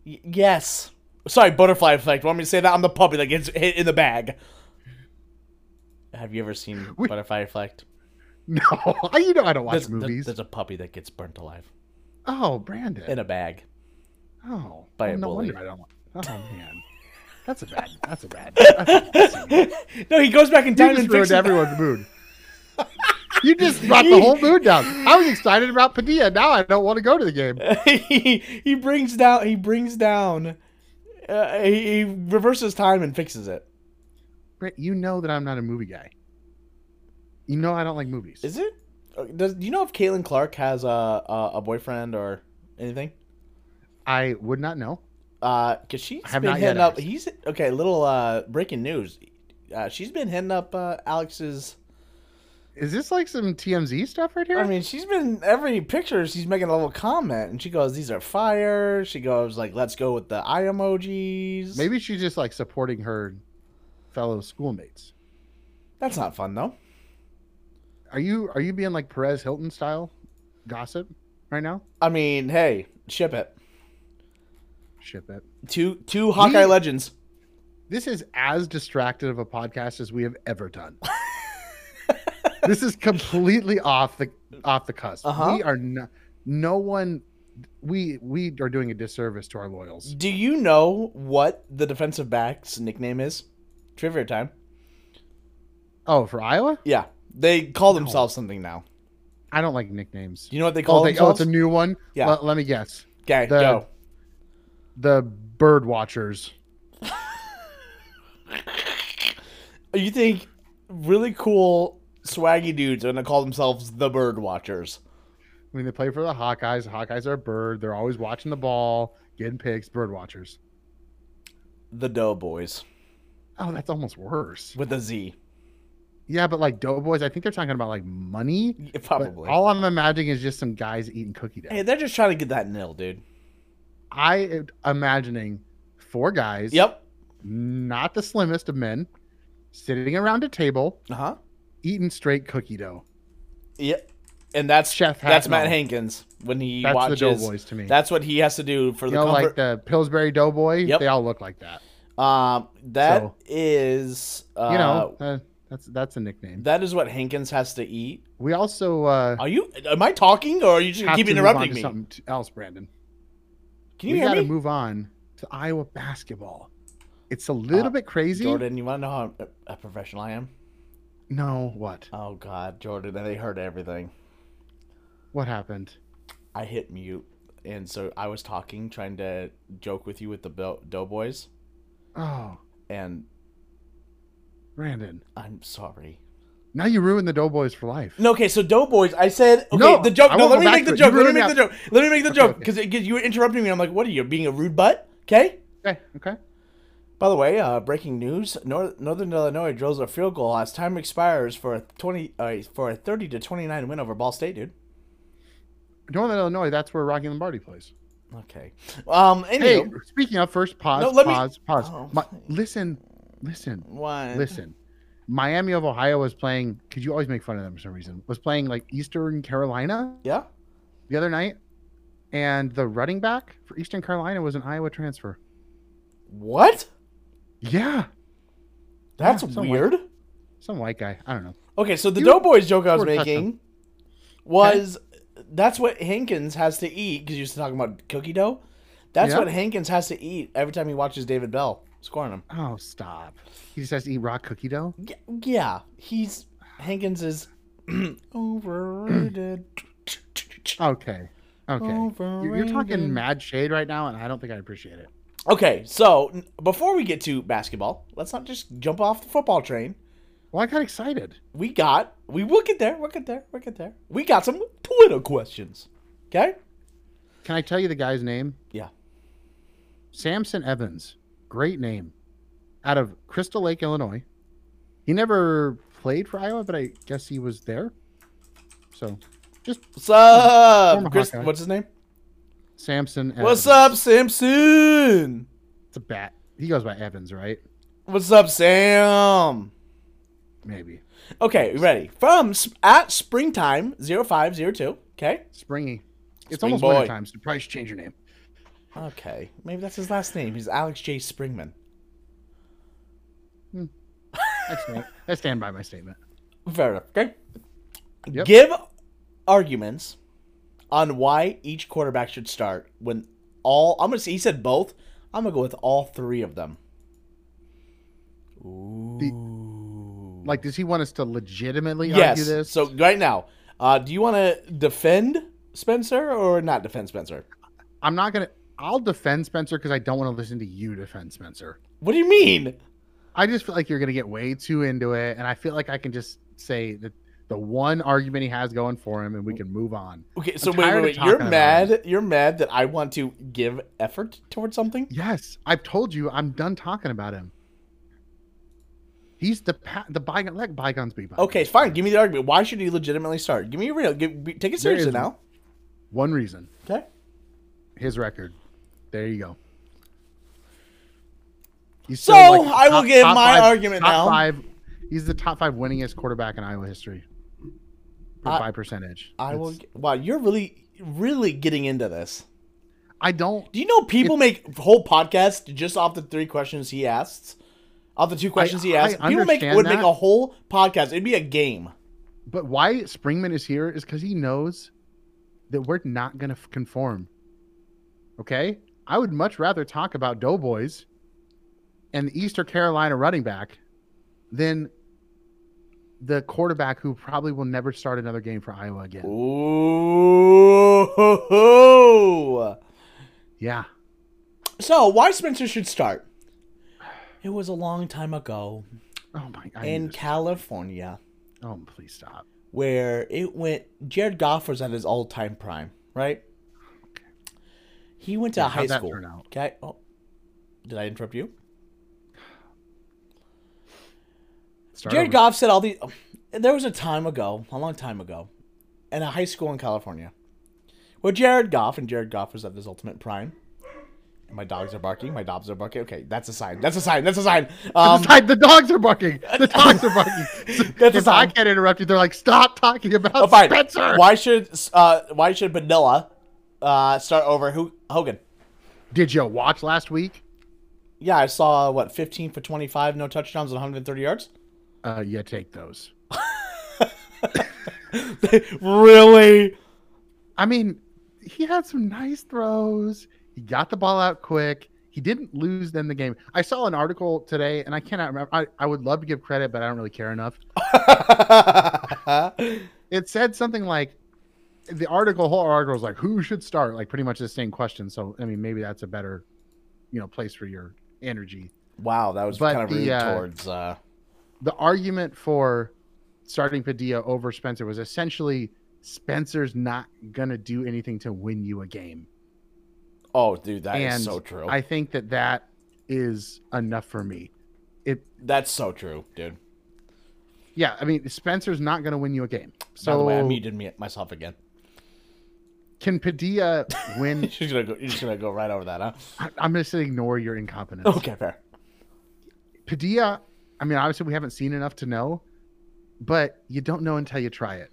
Speaker 1: Y- yes. Sorry, butterfly effect. Want me to say that? I'm the puppy that gets hit in the bag. Have you ever seen
Speaker 2: We-
Speaker 1: butterfly effect?
Speaker 2: No, you know I don't watch
Speaker 1: There's, there-
Speaker 2: movies.
Speaker 1: there's a puppy that gets burnt alive
Speaker 2: oh, Brandon.
Speaker 1: in a bag.
Speaker 2: oh,
Speaker 1: by
Speaker 2: well,
Speaker 1: a
Speaker 2: no
Speaker 1: bully.
Speaker 2: wonder I don't. Oh man, that's a bad. That's a bad. That's a bad scene.
Speaker 1: no, he goes back in
Speaker 2: You
Speaker 1: time
Speaker 2: just
Speaker 1: and
Speaker 2: ruined
Speaker 1: fixes
Speaker 2: everyone's mood. You just brought the whole mood down. I was excited about Padilla. Now I don't want to go to the game.
Speaker 1: he, he brings down. He brings down. Uh, he, he reverses time and fixes it.
Speaker 2: Brent, you know that I'm not a movie guy. You know I don't like movies.
Speaker 1: Is it? uh, Does do you know if Caitlin Clark has a a, a boyfriend or anything?
Speaker 2: I would not know.
Speaker 1: Uh, cause she's
Speaker 2: I have
Speaker 1: been
Speaker 2: not yet
Speaker 1: hitting up.
Speaker 2: asked.
Speaker 1: He's okay. Little uh, breaking news. Uh, she's been hitting up uh, Alex's.
Speaker 2: Is this like some TMZ stuff right here?
Speaker 1: I mean, she's been every picture. She's making a little comment, and she goes, "These are fire." She goes like, "Let's go with the eye emojis."
Speaker 2: Maybe she's just like supporting her fellow schoolmates.
Speaker 1: that's not fun though.
Speaker 2: Are you are you being like Perez Hilton style gossip right now?
Speaker 1: I mean, hey, ship it.
Speaker 2: Ship it.
Speaker 1: Two two Hawkeye
Speaker 2: We-
Speaker 1: legends.
Speaker 2: This is as distracted of a podcast as we have ever done. this is completely off the off the cusp.
Speaker 1: Uh-huh.
Speaker 2: We are no, no one we we are doing a disservice to our loyals.
Speaker 1: Do you know what the defensive back's nickname is? Trivia time.
Speaker 2: Oh, for Iowa?
Speaker 1: Yeah, they call themselves something now.
Speaker 2: I don't like nicknames.
Speaker 1: Do you know what they call
Speaker 2: Oh, they, oh,
Speaker 1: themselves?
Speaker 2: it's a new one.
Speaker 1: Yeah.
Speaker 2: Let, let me guess.
Speaker 1: okay,
Speaker 2: the-
Speaker 1: go.
Speaker 2: The bird watchers.
Speaker 1: You think really cool, swaggy dudes are gonna call themselves the Bird Watchers?
Speaker 2: I mean, they play for the Hawkeyes. The Hawkeyes are a bird. They're always watching the ball, getting picks. Bird watchers.
Speaker 1: The Doughboys
Speaker 2: Oh, that's almost worse.
Speaker 1: with a Z,
Speaker 2: Yeah, but like Doughboys, I think they're talking about like money.
Speaker 1: Yeah,
Speaker 2: but
Speaker 1: probably.
Speaker 2: all I'm imagining is just some guys eating cookie dough.
Speaker 1: hey, they're just trying to get that nil, dude.
Speaker 2: I am imagining four guys.
Speaker 1: Yep.
Speaker 2: Not the slimmest of men, sitting around a table
Speaker 1: Uh huh.
Speaker 2: eating straight cookie dough.
Speaker 1: Yep. And that's
Speaker 2: Chef hat
Speaker 1: that's
Speaker 2: and
Speaker 1: Matt
Speaker 2: all.
Speaker 1: Hankins when he
Speaker 2: That's
Speaker 1: watches.
Speaker 2: the Doughboys to me.
Speaker 1: That's what he has to do for
Speaker 2: you
Speaker 1: the
Speaker 2: know,
Speaker 1: comfort.
Speaker 2: like the Pillsbury Doughboy.
Speaker 1: Yep.
Speaker 2: They all look like that.
Speaker 1: um, that
Speaker 2: So-
Speaker 1: is, uh,
Speaker 2: you know, uh, that's that's a nickname.
Speaker 1: that is what Hankins has to eat.
Speaker 2: We also uh,
Speaker 1: Are you? Am I talking, or are you just
Speaker 2: have
Speaker 1: keep
Speaker 2: to move on
Speaker 1: interrupting
Speaker 2: to
Speaker 1: me? Can
Speaker 2: something t- else, Brandon.
Speaker 1: you
Speaker 2: we
Speaker 1: hear
Speaker 2: gotta
Speaker 1: me?
Speaker 2: move on to Iowa basketball. It's a little
Speaker 1: Uh,
Speaker 2: bit crazy.
Speaker 1: Jordan, you want to know how uh, uh, professional I am?
Speaker 2: No, what?
Speaker 1: Oh God, Jordan, and they heard everything.
Speaker 2: What happened?
Speaker 1: I hit mute, and so I was talking, trying to joke with you with the Bill- Doughboys,
Speaker 2: Oh,
Speaker 1: and
Speaker 2: Brandon,
Speaker 1: I'm sorry.
Speaker 2: now you ruined the Doughboys for life.
Speaker 1: No, okay, so Doughboys, I said okay.
Speaker 2: No,
Speaker 1: the joke.
Speaker 2: I
Speaker 1: No, let
Speaker 2: won't go
Speaker 1: me
Speaker 2: back
Speaker 1: make
Speaker 2: to
Speaker 1: the
Speaker 2: it. You
Speaker 1: joke. Let me
Speaker 2: ruined
Speaker 1: make
Speaker 2: it
Speaker 1: the joke. Let me make the
Speaker 2: Okay,
Speaker 1: joke
Speaker 2: okay.
Speaker 1: because you were interrupting me. I'm like, what are you being a rude butt? Okay.
Speaker 2: Okay, okay.
Speaker 1: By the way, uh, breaking news: Nor- Northern Illinois drills a field goal as time expires for a twenty uh, for a thirty to twenty nine win over Ball State, dude.
Speaker 2: Northern Illinois, that's where Rocky Lombardi plays.
Speaker 1: Okay. Um.
Speaker 2: Hey,
Speaker 1: Anyway,
Speaker 2: speaking of, first pause,
Speaker 1: No, let me-
Speaker 2: pause, pause.
Speaker 1: Oh.
Speaker 2: My- listen, listen,
Speaker 1: one.
Speaker 2: listen. Miami of Ohio was playing. Could you always make fun of them for some reason? Was playing like Eastern Carolina
Speaker 1: Yeah.
Speaker 2: the other night, and the running back for Eastern Carolina was an Iowa transfer.
Speaker 1: What?
Speaker 2: Yeah,
Speaker 1: That's
Speaker 2: Yeah, somewhat.
Speaker 1: weird.
Speaker 2: some white guy. I don't know.
Speaker 1: Okay, so the
Speaker 2: You-
Speaker 1: Doughboys joke I was
Speaker 2: Scored a touchdown.
Speaker 1: making was that's what Hankins has to eat because you was talking about cookie dough. That's
Speaker 2: Yeah.
Speaker 1: what Hankins has to eat every time he watches David Bell scoring him.
Speaker 2: Oh, stop. He just has to eat raw cookie dough.
Speaker 1: Y- yeah, he's Hankins is overrated.
Speaker 2: Okay, okay. You're, you're
Speaker 1: Overrated.
Speaker 2: talking mad shade right now, and I don't think I appreciate it.
Speaker 1: Okay, so n- before we get to basketball, let's not just jump off the football train.
Speaker 2: Well, I got excited.
Speaker 1: We got, we will get there, we'll get there, we'll get there. We got some Twitter questions. Okay?
Speaker 2: Can I tell you the guy's name?
Speaker 1: Yeah.
Speaker 2: Samson Evans. Great name. Out of Crystal Lake, Illinois. He never played for Iowa, but I guess he was there. So,
Speaker 1: What's up?
Speaker 2: Former
Speaker 1: Chris,
Speaker 2: Hawkeye.
Speaker 1: what's his name?
Speaker 2: Samson Evans.
Speaker 1: What's up, Simpson?
Speaker 2: It's a bat. He goes by Evans, right?
Speaker 1: What's up, Sam?
Speaker 2: Maybe.
Speaker 1: Okay, ready. From s- at springtime 0502. Okay.
Speaker 2: Springy. It's
Speaker 1: Spring
Speaker 2: almost
Speaker 1: boy.
Speaker 2: winter time, so probably should change your name.
Speaker 1: Okay. Maybe that's his last name. He's Alex J. Springman.
Speaker 2: I stand, I stand by my statement.
Speaker 1: Fair enough. Okay.
Speaker 2: Yep.
Speaker 1: Give arguments on why each quarterback should start when all I'm gonna say he said both. I'm gonna go with all three of them. Ooh.
Speaker 2: Like, does he want us to legitimately argue
Speaker 1: yes.
Speaker 2: this?
Speaker 1: So right now, uh, do you want to defend Spencer or not defend Spencer?
Speaker 2: I'm not going to. I'll defend Spencer because I don't want to listen to you defend Spencer.
Speaker 1: What do you mean?
Speaker 2: I just feel like you're gonna get way too into it, and I feel like I can just say that the one argument he has going for him, and we can move on.
Speaker 1: Okay, so wait,
Speaker 2: tired
Speaker 1: wait, wait.
Speaker 2: of talking
Speaker 1: You're
Speaker 2: about
Speaker 1: mad. You're mad that I want to give effort towards something.
Speaker 2: Yes, I've told you, I'm done talking about him. He's the pa- the bygone. Let bygones be bygones.
Speaker 1: Okay, fine. Give me the argument. Why should he legitimately start? Give me a real. Give, be- take it
Speaker 2: There
Speaker 1: seriously
Speaker 2: isn't.
Speaker 1: now.
Speaker 2: One reason,
Speaker 1: Okay.
Speaker 2: his record. There you go. He's
Speaker 1: So, I will give my argument
Speaker 2: top
Speaker 1: now.
Speaker 2: Five, he's the top five winningest quarterback in Iowa history
Speaker 1: I-
Speaker 2: by percentage.
Speaker 1: I will.
Speaker 2: It's-
Speaker 1: g- Wow, you're really, really getting into this.
Speaker 2: I don't.
Speaker 1: Do you know people make whole podcasts just off the three questions he asks? Off the two questions he
Speaker 2: I
Speaker 1: asked, people make
Speaker 2: understand
Speaker 1: would make
Speaker 2: that.
Speaker 1: a whole podcast. It'd be a game.
Speaker 2: But why Springman is here is because he knows that we're not going to f- conform. Okay? I would much rather talk about Doughboys and the Eastern Carolina running back than the quarterback who probably will never start another game for Iowa again.
Speaker 1: Ooh. ho, ho.
Speaker 2: Yeah.
Speaker 1: So, why Spencer should start? It was a long time ago
Speaker 2: Oh my I knew
Speaker 1: in
Speaker 2: this-
Speaker 1: California
Speaker 2: Oh, please stop.
Speaker 1: where it went. Jared Goff was at his all time prime, right? He went to
Speaker 2: Yeah,
Speaker 1: high
Speaker 2: how'd that
Speaker 1: school.
Speaker 2: turn out?
Speaker 1: Okay. Oh, did I interrupt you?
Speaker 2: Start
Speaker 1: Jared
Speaker 2: over.
Speaker 1: Goff said all these. There was a time ago, a long time ago, in a high school in California, where Jared Goff and Jared Goff was at his ultimate prime. And my dogs are barking. My dogs are barking. Okay, that's a sign. That's a sign. That's a sign. Um,
Speaker 2: Aside, the dogs are barking. The dogs are barking.
Speaker 1: That's a
Speaker 2: if I
Speaker 1: sign.
Speaker 2: can't interrupt you, they're like, stop talking about
Speaker 1: oh, fine.
Speaker 2: Spencer.
Speaker 1: Why should uh, why should Vanilla uh, start over Ho- Hogan?
Speaker 2: Did you watch last week?
Speaker 1: Yeah, I saw what 15 for 25, no touchdowns and 130 yards.
Speaker 2: Uh, yeah, take those.
Speaker 1: really?
Speaker 2: I mean, he had some nice throws. He got the ball out quick. He didn't lose them the game. I saw an article today, and I cannot remember. I, I would love to give credit, but I don't really care enough. It said something like the article, whole article was like, who should start? Like pretty much the same question. So, I mean, maybe that's a better, you know, place for your energy.
Speaker 1: Wow, that was
Speaker 2: But
Speaker 1: kind of
Speaker 2: the,
Speaker 1: rude
Speaker 2: uh,
Speaker 1: towards. Uh,
Speaker 2: the argument for starting Padilla over Spencer was essentially Spencer's not gonna do anything to win you a game.
Speaker 1: oh, dude, that is
Speaker 2: and
Speaker 1: so true.
Speaker 2: I think that that is enough for me. It
Speaker 1: That's so true, dude.
Speaker 2: yeah, I mean Spencer's not gonna win you a game.
Speaker 1: By the way, I
Speaker 2: So
Speaker 1: muted me myself again.
Speaker 2: can Padilla
Speaker 1: You're
Speaker 2: win?
Speaker 1: just gonna go. You're just gonna go right over that, huh?
Speaker 2: I- I'm just gonna ignore your incompetence.
Speaker 1: Okay, fair.
Speaker 2: Padilla, I mean, obviously we haven't seen enough to know, but you don't know until you try it.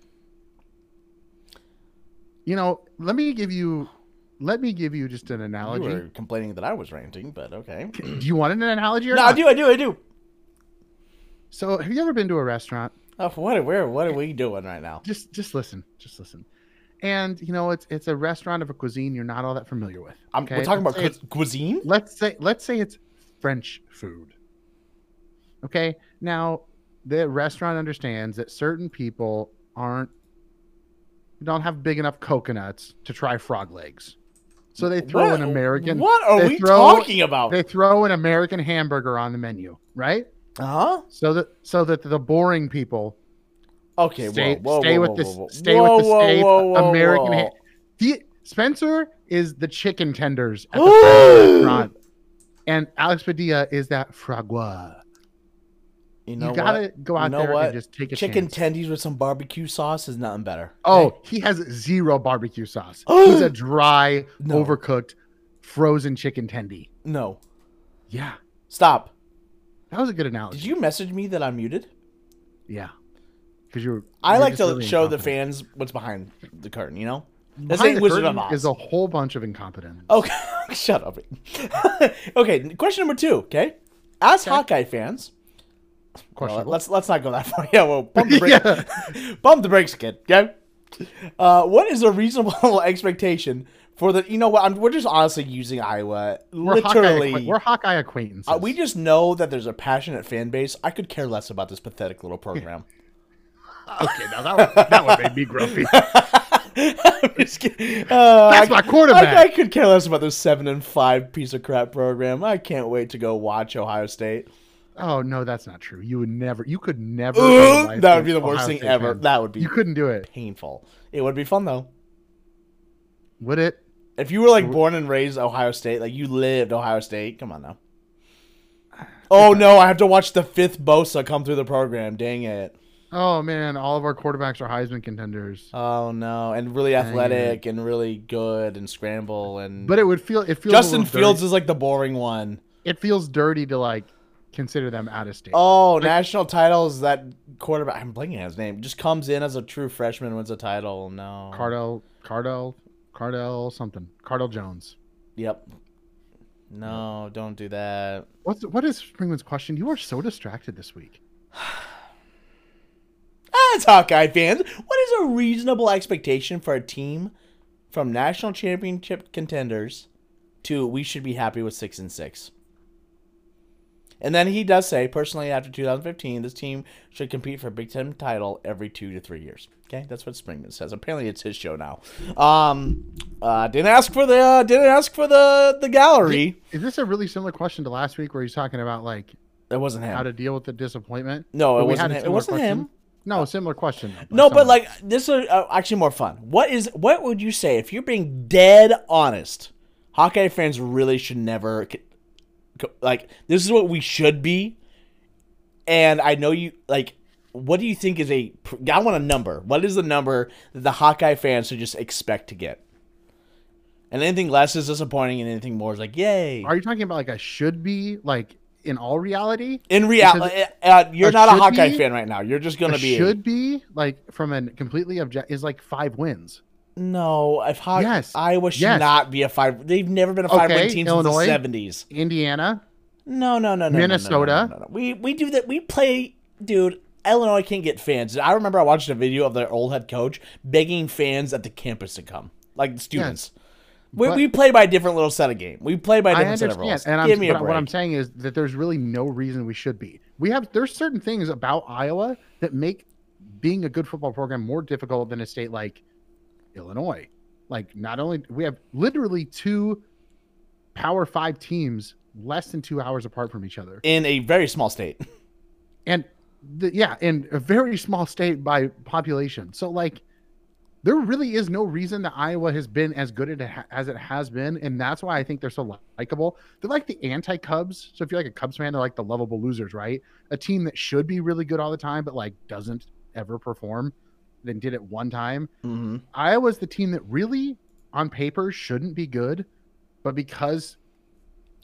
Speaker 2: You know, let me give you, let me give you just an
Speaker 1: You
Speaker 2: analogy.
Speaker 1: were complaining that I was ranting, but okay.
Speaker 2: Do you want an analogy or
Speaker 1: no, I
Speaker 2: not?
Speaker 1: do, I do, I do.
Speaker 2: So, have you ever been to a restaurant?
Speaker 1: Oh, what? are- Where? What are we doing right now?
Speaker 2: Just, just listen, just listen. And you know, it's it's a restaurant of a cuisine you're not all that familiar with.
Speaker 1: I'm, We're talking about
Speaker 2: Let's say it's-
Speaker 1: cu- cuisine.
Speaker 2: let's say let's say it's French food. Okay. Now the restaurant understands that certain people aren't don't have big enough coconuts to try frog legs. So they throw
Speaker 1: What-
Speaker 2: an American
Speaker 1: What are
Speaker 2: they
Speaker 1: we
Speaker 2: throw-
Speaker 1: talking about?
Speaker 2: they throw an American hamburger on the menu, right?
Speaker 1: huh?
Speaker 2: So that so that the boring people
Speaker 1: Okay,
Speaker 2: stay,
Speaker 1: whoa, whoa,
Speaker 2: stay
Speaker 1: whoa,
Speaker 2: with
Speaker 1: whoa,
Speaker 2: the
Speaker 1: whoa.
Speaker 2: stay
Speaker 1: Whoa,
Speaker 2: with the
Speaker 1: whoa,
Speaker 2: safe
Speaker 1: whoa, whoa,
Speaker 2: American
Speaker 1: whoa.
Speaker 2: ha- the, Spencer is the chicken tenders at the French restaurant, and Alex Padilla is that fragua.
Speaker 1: You
Speaker 2: You,
Speaker 1: know
Speaker 2: gotta
Speaker 1: what?
Speaker 2: go out
Speaker 1: You know
Speaker 2: there
Speaker 1: what?
Speaker 2: and just take a
Speaker 1: Chicken
Speaker 2: chance.
Speaker 1: tendies with some barbecue sauce is nothing better.
Speaker 2: oh, he has zero barbecue sauce. He's a dry,
Speaker 1: No.
Speaker 2: overcooked, frozen chicken tendy.
Speaker 1: no,
Speaker 2: Yeah,
Speaker 1: stop.
Speaker 2: that was a good
Speaker 1: Did
Speaker 2: analogy.
Speaker 1: you message me that I'm muted?
Speaker 2: Yeah, because you're.
Speaker 1: I
Speaker 2: you're
Speaker 1: like
Speaker 2: just
Speaker 1: to
Speaker 2: really
Speaker 1: show the
Speaker 2: incompetent.
Speaker 1: fans what's behind the curtain. You know, this
Speaker 2: Behind
Speaker 1: ain't
Speaker 2: the
Speaker 1: Wizard of
Speaker 2: curtain
Speaker 1: Oz.
Speaker 2: Is a whole bunch of incompetence.
Speaker 1: Okay, shut up. okay, question number two. Okay, as Hawkeye fans, well,
Speaker 2: questionable.
Speaker 1: let's let's not go that far. Yeah, well, pump the brakes,
Speaker 2: Yeah.
Speaker 1: pump the brakes, kid. Okay. Uh, what is a reasonable expectation for the? You know what? I'm, we're just honestly using Iowa.
Speaker 2: we're
Speaker 1: literally,
Speaker 2: Hawkeye, acquaint- we're Hawkeye acquaintances.
Speaker 1: Uh, we just know that there's a passionate fan base. I could care less about this pathetic little program.
Speaker 2: Okay, now that one, that one made me grumpy.
Speaker 1: I'm just kidding. Uh,
Speaker 2: That's
Speaker 1: I-
Speaker 2: my quarterback.
Speaker 1: I, I could care less about this seven and five piece of crap program. I can't wait to go watch Ohio State.
Speaker 2: Oh no, that's not true. You would never. You could never. in your life
Speaker 1: that would be the
Speaker 2: Ohio
Speaker 1: worst thing
Speaker 2: State
Speaker 1: ever.
Speaker 2: fan.
Speaker 1: That would be
Speaker 2: You couldn't do it,
Speaker 1: painful. It would be fun though.
Speaker 2: would it?
Speaker 1: If you were like born and raised Ohio State, like you lived Ohio State, come on now. Oh no, I have to watch the fifth Bosa come through the program. Dang it.
Speaker 2: Oh man, all of our quarterbacks are Heisman contenders.
Speaker 1: Oh no, and really
Speaker 2: it.
Speaker 1: athletic and really good and scramble and
Speaker 2: But it would feel. It feels. a
Speaker 1: Justin
Speaker 2: little
Speaker 1: Fields
Speaker 2: dirty-
Speaker 1: is like the boring one.
Speaker 2: It feels dirty to like consider them out of state.
Speaker 1: Oh, national titles that quarterback I'm blanking on his name. Just comes in as a true freshman, wins a title. No.
Speaker 2: Cardell, Cardell, Cardell, something. Cardell Jones.
Speaker 1: Yep. No, don't do that.
Speaker 2: What's what is Springman's question? You are so distracted this week.
Speaker 1: As Hawkeye fans, what is a reasonable expectation for a team from national championship contenders to we should be happy with six and six? And then he does say, personally, after 2015, this team should compete for a Big Ten title every two to three years. Okay, that's what Springman says. Apparently, it's his show now. Um, uh, didn't ask for the uh, didn't ask for the the gallery.
Speaker 2: Is this a really similar question to last week where he's talking about like
Speaker 1: That wasn't him.
Speaker 2: how to deal with the disappointment?
Speaker 1: No, Oh, it
Speaker 2: But we
Speaker 1: wasn't
Speaker 2: had
Speaker 1: him.
Speaker 2: a
Speaker 1: It
Speaker 2: similar
Speaker 1: wasn't
Speaker 2: question.
Speaker 1: him.
Speaker 2: No, similar question. though, by
Speaker 1: No, but
Speaker 2: someone.
Speaker 1: like this is uh, actually more fun. What is what would you say if you're being dead honest? Hawkeye fans really should never c- c- like this is what we should be. And I know you like what do you think is a pr- I want a number. What is the number that the Hawkeye fans should just expect to get? And anything less is disappointing and anything more is like yay.
Speaker 2: are you talking about like a should be like in all reality?
Speaker 1: In reality, uh, you're
Speaker 2: a
Speaker 1: not a
Speaker 2: should
Speaker 1: Hawkeye
Speaker 2: be-
Speaker 1: fan right now. You're just
Speaker 2: A
Speaker 1: going to be a-
Speaker 2: should be like from a completely object is like five wins.
Speaker 1: No, if Haw-
Speaker 2: Yes.
Speaker 1: Iowa should
Speaker 2: Yes.
Speaker 1: not be a five. They've never been a five win
Speaker 2: Okay,
Speaker 1: team since the
Speaker 2: Illinois.
Speaker 1: seventies.
Speaker 2: Indiana,
Speaker 1: No, no, no, no. no, no, no,
Speaker 2: Minnesota.
Speaker 1: no, no, no. We we do that. We play, dude. Illinois can't get fans. I remember I watched a video of their old head coach begging fans at the campus to come, like the students. we,
Speaker 2: but-
Speaker 1: we play by a different little set of game. We play by a
Speaker 2: I
Speaker 1: different set of
Speaker 2: understand,
Speaker 1: rules.
Speaker 2: and I'm,
Speaker 1: Give me a
Speaker 2: but
Speaker 1: break.
Speaker 2: what I'm saying is that there's really no reason we should be. We have there's certain things about Iowa that make being a good football program more difficult than a state like Illinois. Like not only we have literally two Power Five teams less than two hours apart from each other.
Speaker 1: in a very small state.
Speaker 2: and the, yeah, and a very small state by population. So like, there really is no reason that Iowa has been as good at it ha- as it has been, and that's why I think they're so li- likable. They're like the anti-Cubs. So if you're like a Cubs fan, they're like the lovable losers, right? A team that should be really good all the time, but like doesn't ever perform. Then did it one time.
Speaker 1: Mm-hmm.
Speaker 2: Iowa's the team that really, on paper, shouldn't be good, but because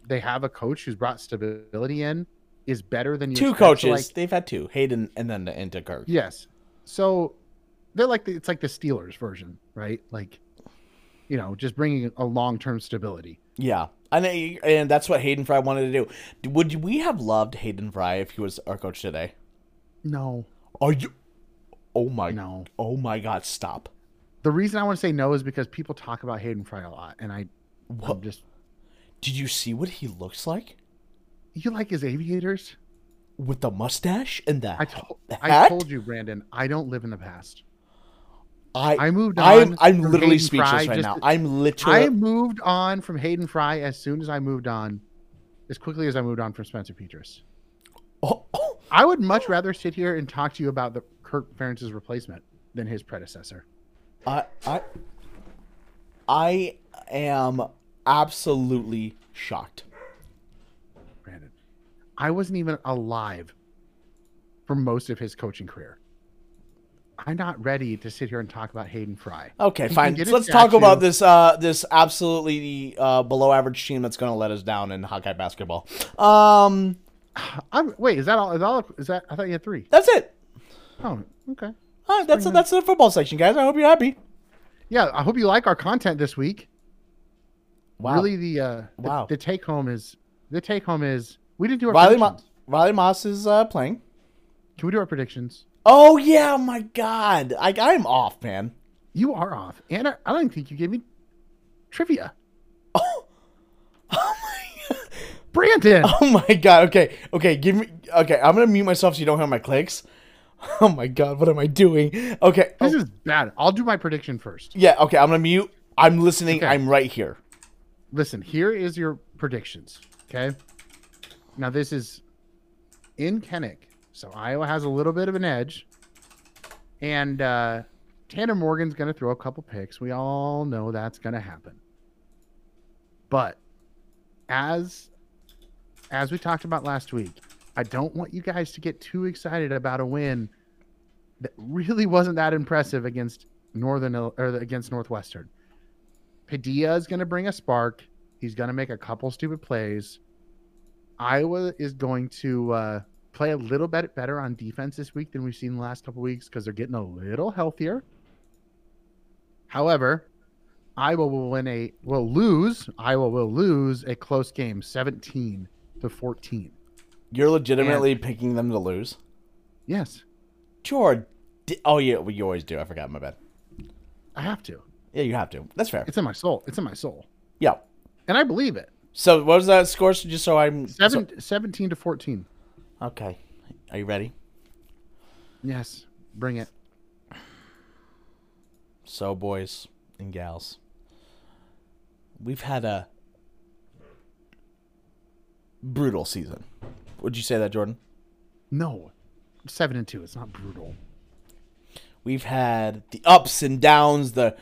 Speaker 2: they have a coach who's brought stability in, is better than you
Speaker 1: Two
Speaker 2: expect. So,
Speaker 1: coaches.
Speaker 2: like,
Speaker 1: They've had two, Hayden and then and Kirk.
Speaker 2: Yes. So they're like the, it's like the Steelers version, right? Like, you know, just bringing a long term stability.
Speaker 1: Yeah. And, and that's what Hayden Fry wanted to do. Would we have loved Hayden Fry if he was our coach today?
Speaker 2: No,
Speaker 1: Are you? Oh my!
Speaker 2: no.
Speaker 1: Oh my God! Stop!
Speaker 2: The reason I want to say no is because people talk about Hayden Fry a lot, and I
Speaker 1: What
Speaker 2: I'm just
Speaker 1: did you see? What he looks like
Speaker 2: you like his aviators.
Speaker 1: with the mustache and the
Speaker 2: I told I
Speaker 1: hat?
Speaker 2: told you, Brandon. I don't live in the past.
Speaker 1: I,
Speaker 2: I moved on.
Speaker 1: I'm I'm
Speaker 2: from
Speaker 1: literally
Speaker 2: Hayden
Speaker 1: speechless
Speaker 2: Fry
Speaker 1: right
Speaker 2: just-
Speaker 1: now. I'm
Speaker 2: I
Speaker 1: literally.
Speaker 2: moved on from Hayden Fry as soon as I moved on, as quickly as I moved on from Spencer Petras.
Speaker 1: Oh, oh,
Speaker 2: I would much rather sit here and talk to you about the Kirk Ferentz's replacement than his predecessor.
Speaker 1: I I I am absolutely shocked.
Speaker 2: Brandon. I wasn't even alive for most of his coaching career. I'm not ready to sit here and talk about Hayden Fry.
Speaker 1: Okay,
Speaker 2: He can
Speaker 1: fine.
Speaker 2: get
Speaker 1: So
Speaker 2: a
Speaker 1: let's talk
Speaker 2: statue.
Speaker 1: about this uh this absolutely uh below average team that's going to let us down in Hawkeye basketball. Um,
Speaker 2: I'm, wait, is that all? Is all? Is that? I thought you had three.
Speaker 1: that's it.
Speaker 2: Oh, okay.
Speaker 1: All right, that's that's the football section, guys. I hope you're happy.
Speaker 2: Yeah, I hope you like our content this week.
Speaker 1: Wow.
Speaker 2: Really, the uh, the-
Speaker 1: Wow.
Speaker 2: The, take home is the take home is we didn't do our
Speaker 1: Riley, Mo-
Speaker 2: predictions.
Speaker 1: Riley Moss is uh, playing.
Speaker 2: Can we do our predictions?
Speaker 1: Oh yeah, my God, I I'm off, man.
Speaker 2: You are off, and I, I don't think you gave me trivia,
Speaker 1: Oh, oh my,
Speaker 2: Brandon.
Speaker 1: oh my God. Okay, okay, give me. Okay, I'm gonna mute myself so you don't hear my clicks. Oh my God, what am I doing? Okay, oh,
Speaker 2: This is bad. I'll do my prediction first.
Speaker 1: yeah, okay, I'm gonna mute. I'm listening.
Speaker 2: Okay.
Speaker 1: I'm right here.
Speaker 2: listen, here is your predictions. Okay. Now this is in Kennick. So Iowa has a little bit of an edge. And uh Tanner Morgan's gonna throw a couple picks. We all know that's gonna happen. But as as we talked about last week, I don't want you guys to get too excited about a win that really wasn't that impressive against Northern Il- or against Northwestern. Padilla is going to bring a spark. He's going to make a couple stupid plays. Iowa is going to uh, play a little bit better on defense this week than we've seen the last couple weeks because they're getting a little healthier. However, Iowa will win a will lose. Iowa will lose a close game, seventeen to fourteen.
Speaker 1: You're legitimately picking them to lose.
Speaker 2: Yes,
Speaker 1: Sure. Di- oh yeah, well, you always do. I forgot. My bad.
Speaker 2: I have to.
Speaker 1: Yeah, you have to. That's fair.
Speaker 2: It's in my soul. It's in my soul,
Speaker 1: Yeah.
Speaker 2: and I believe it.
Speaker 1: So what was that score? So just so I'm
Speaker 2: Seven, 17 to fourteen.
Speaker 1: so- okay. Are you ready?
Speaker 2: Yes, bring it.
Speaker 1: So, boys and gals, we've had a brutal season. Would you say that, Jordan?
Speaker 2: No, seven and two. It's not brutal.
Speaker 1: We've had the ups and downs, the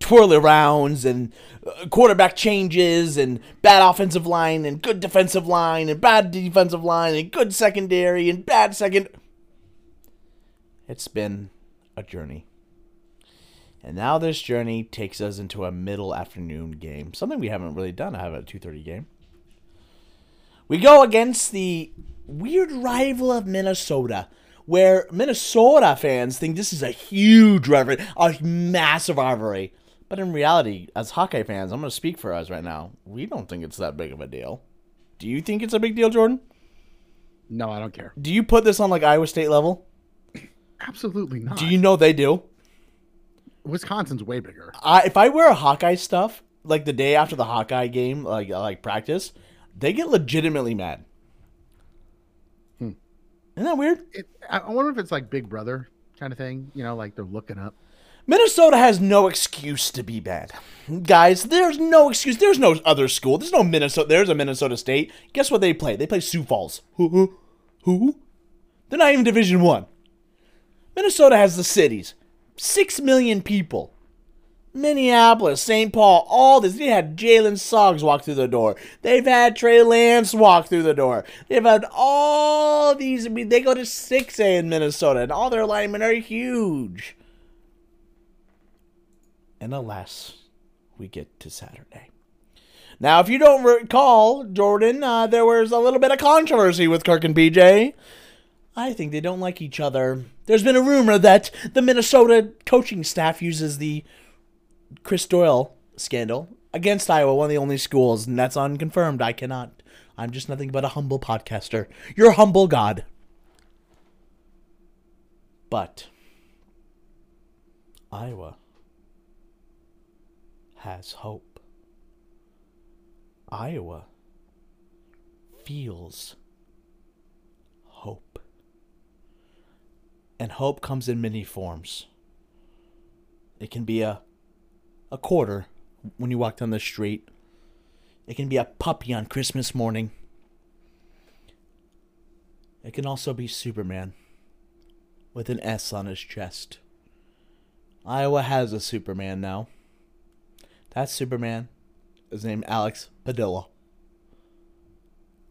Speaker 1: twirly rounds, and uh, quarterback changes, and bad offensive line, and good defensive line, and bad defensive line, and good secondary, and bad second. It's been a journey. And now this journey takes us into a middle afternoon game, something we haven't really done. I have a 2:30 game. We go against the weird rival of Minnesota, where Minnesota fans think this is a huge rivalry, a massive rivalry. But in reality, as Hawkeye fans, I'm going to speak for us right now. We don't think it's that big of a deal. Do you think it's a big deal, Jordan?
Speaker 2: No, I don't care.
Speaker 1: Do you put this on like Iowa State level?
Speaker 2: Absolutely not.
Speaker 1: Do you know they do?
Speaker 2: Wisconsin's way bigger.
Speaker 1: I if I wear Hawkeye stuff like the day after the Hawkeye game, like like practice, they get legitimately mad. Isn't that weird?
Speaker 2: It, I I wonder if it's like Big Brother kind of thing. You know, like they're looking up.
Speaker 1: Minnesota has no excuse to be bad. Guys, there's no excuse. There's no other school. There's no Minnesota. There's a Minnesota State. Guess what they play? They play Sioux Falls. Who? Who? They're not even Division 1. Minnesota has the cities. 6 million people. Minneapolis, St. Paul, all this. They had Jalen Suggs walk through the door. They've had Trey Lance walk through the door. They've had all these. I mean, they go to 6A in Minnesota, and all their linemen are huge. And alas, we get to Saturday. Now, if you don't recall, Jordan, uh, there was a little bit of controversy with Kirk and BJ. I think they don't like each other. There's been a rumor that the Minnesota coaching staff uses the Chris Doyle scandal against Iowa, one of the only schools, and that's unconfirmed. I cannot. I'm just nothing but a humble podcaster. Your humble god. But Iowa has hope. Iowa feels hope. And hope comes in many forms. It can be a a quarter when you walk down the street. It can be a puppy on Christmas morning. It can also be Superman with an S on his chest. Iowa has a Superman now. That Superman is named Alex Padilla.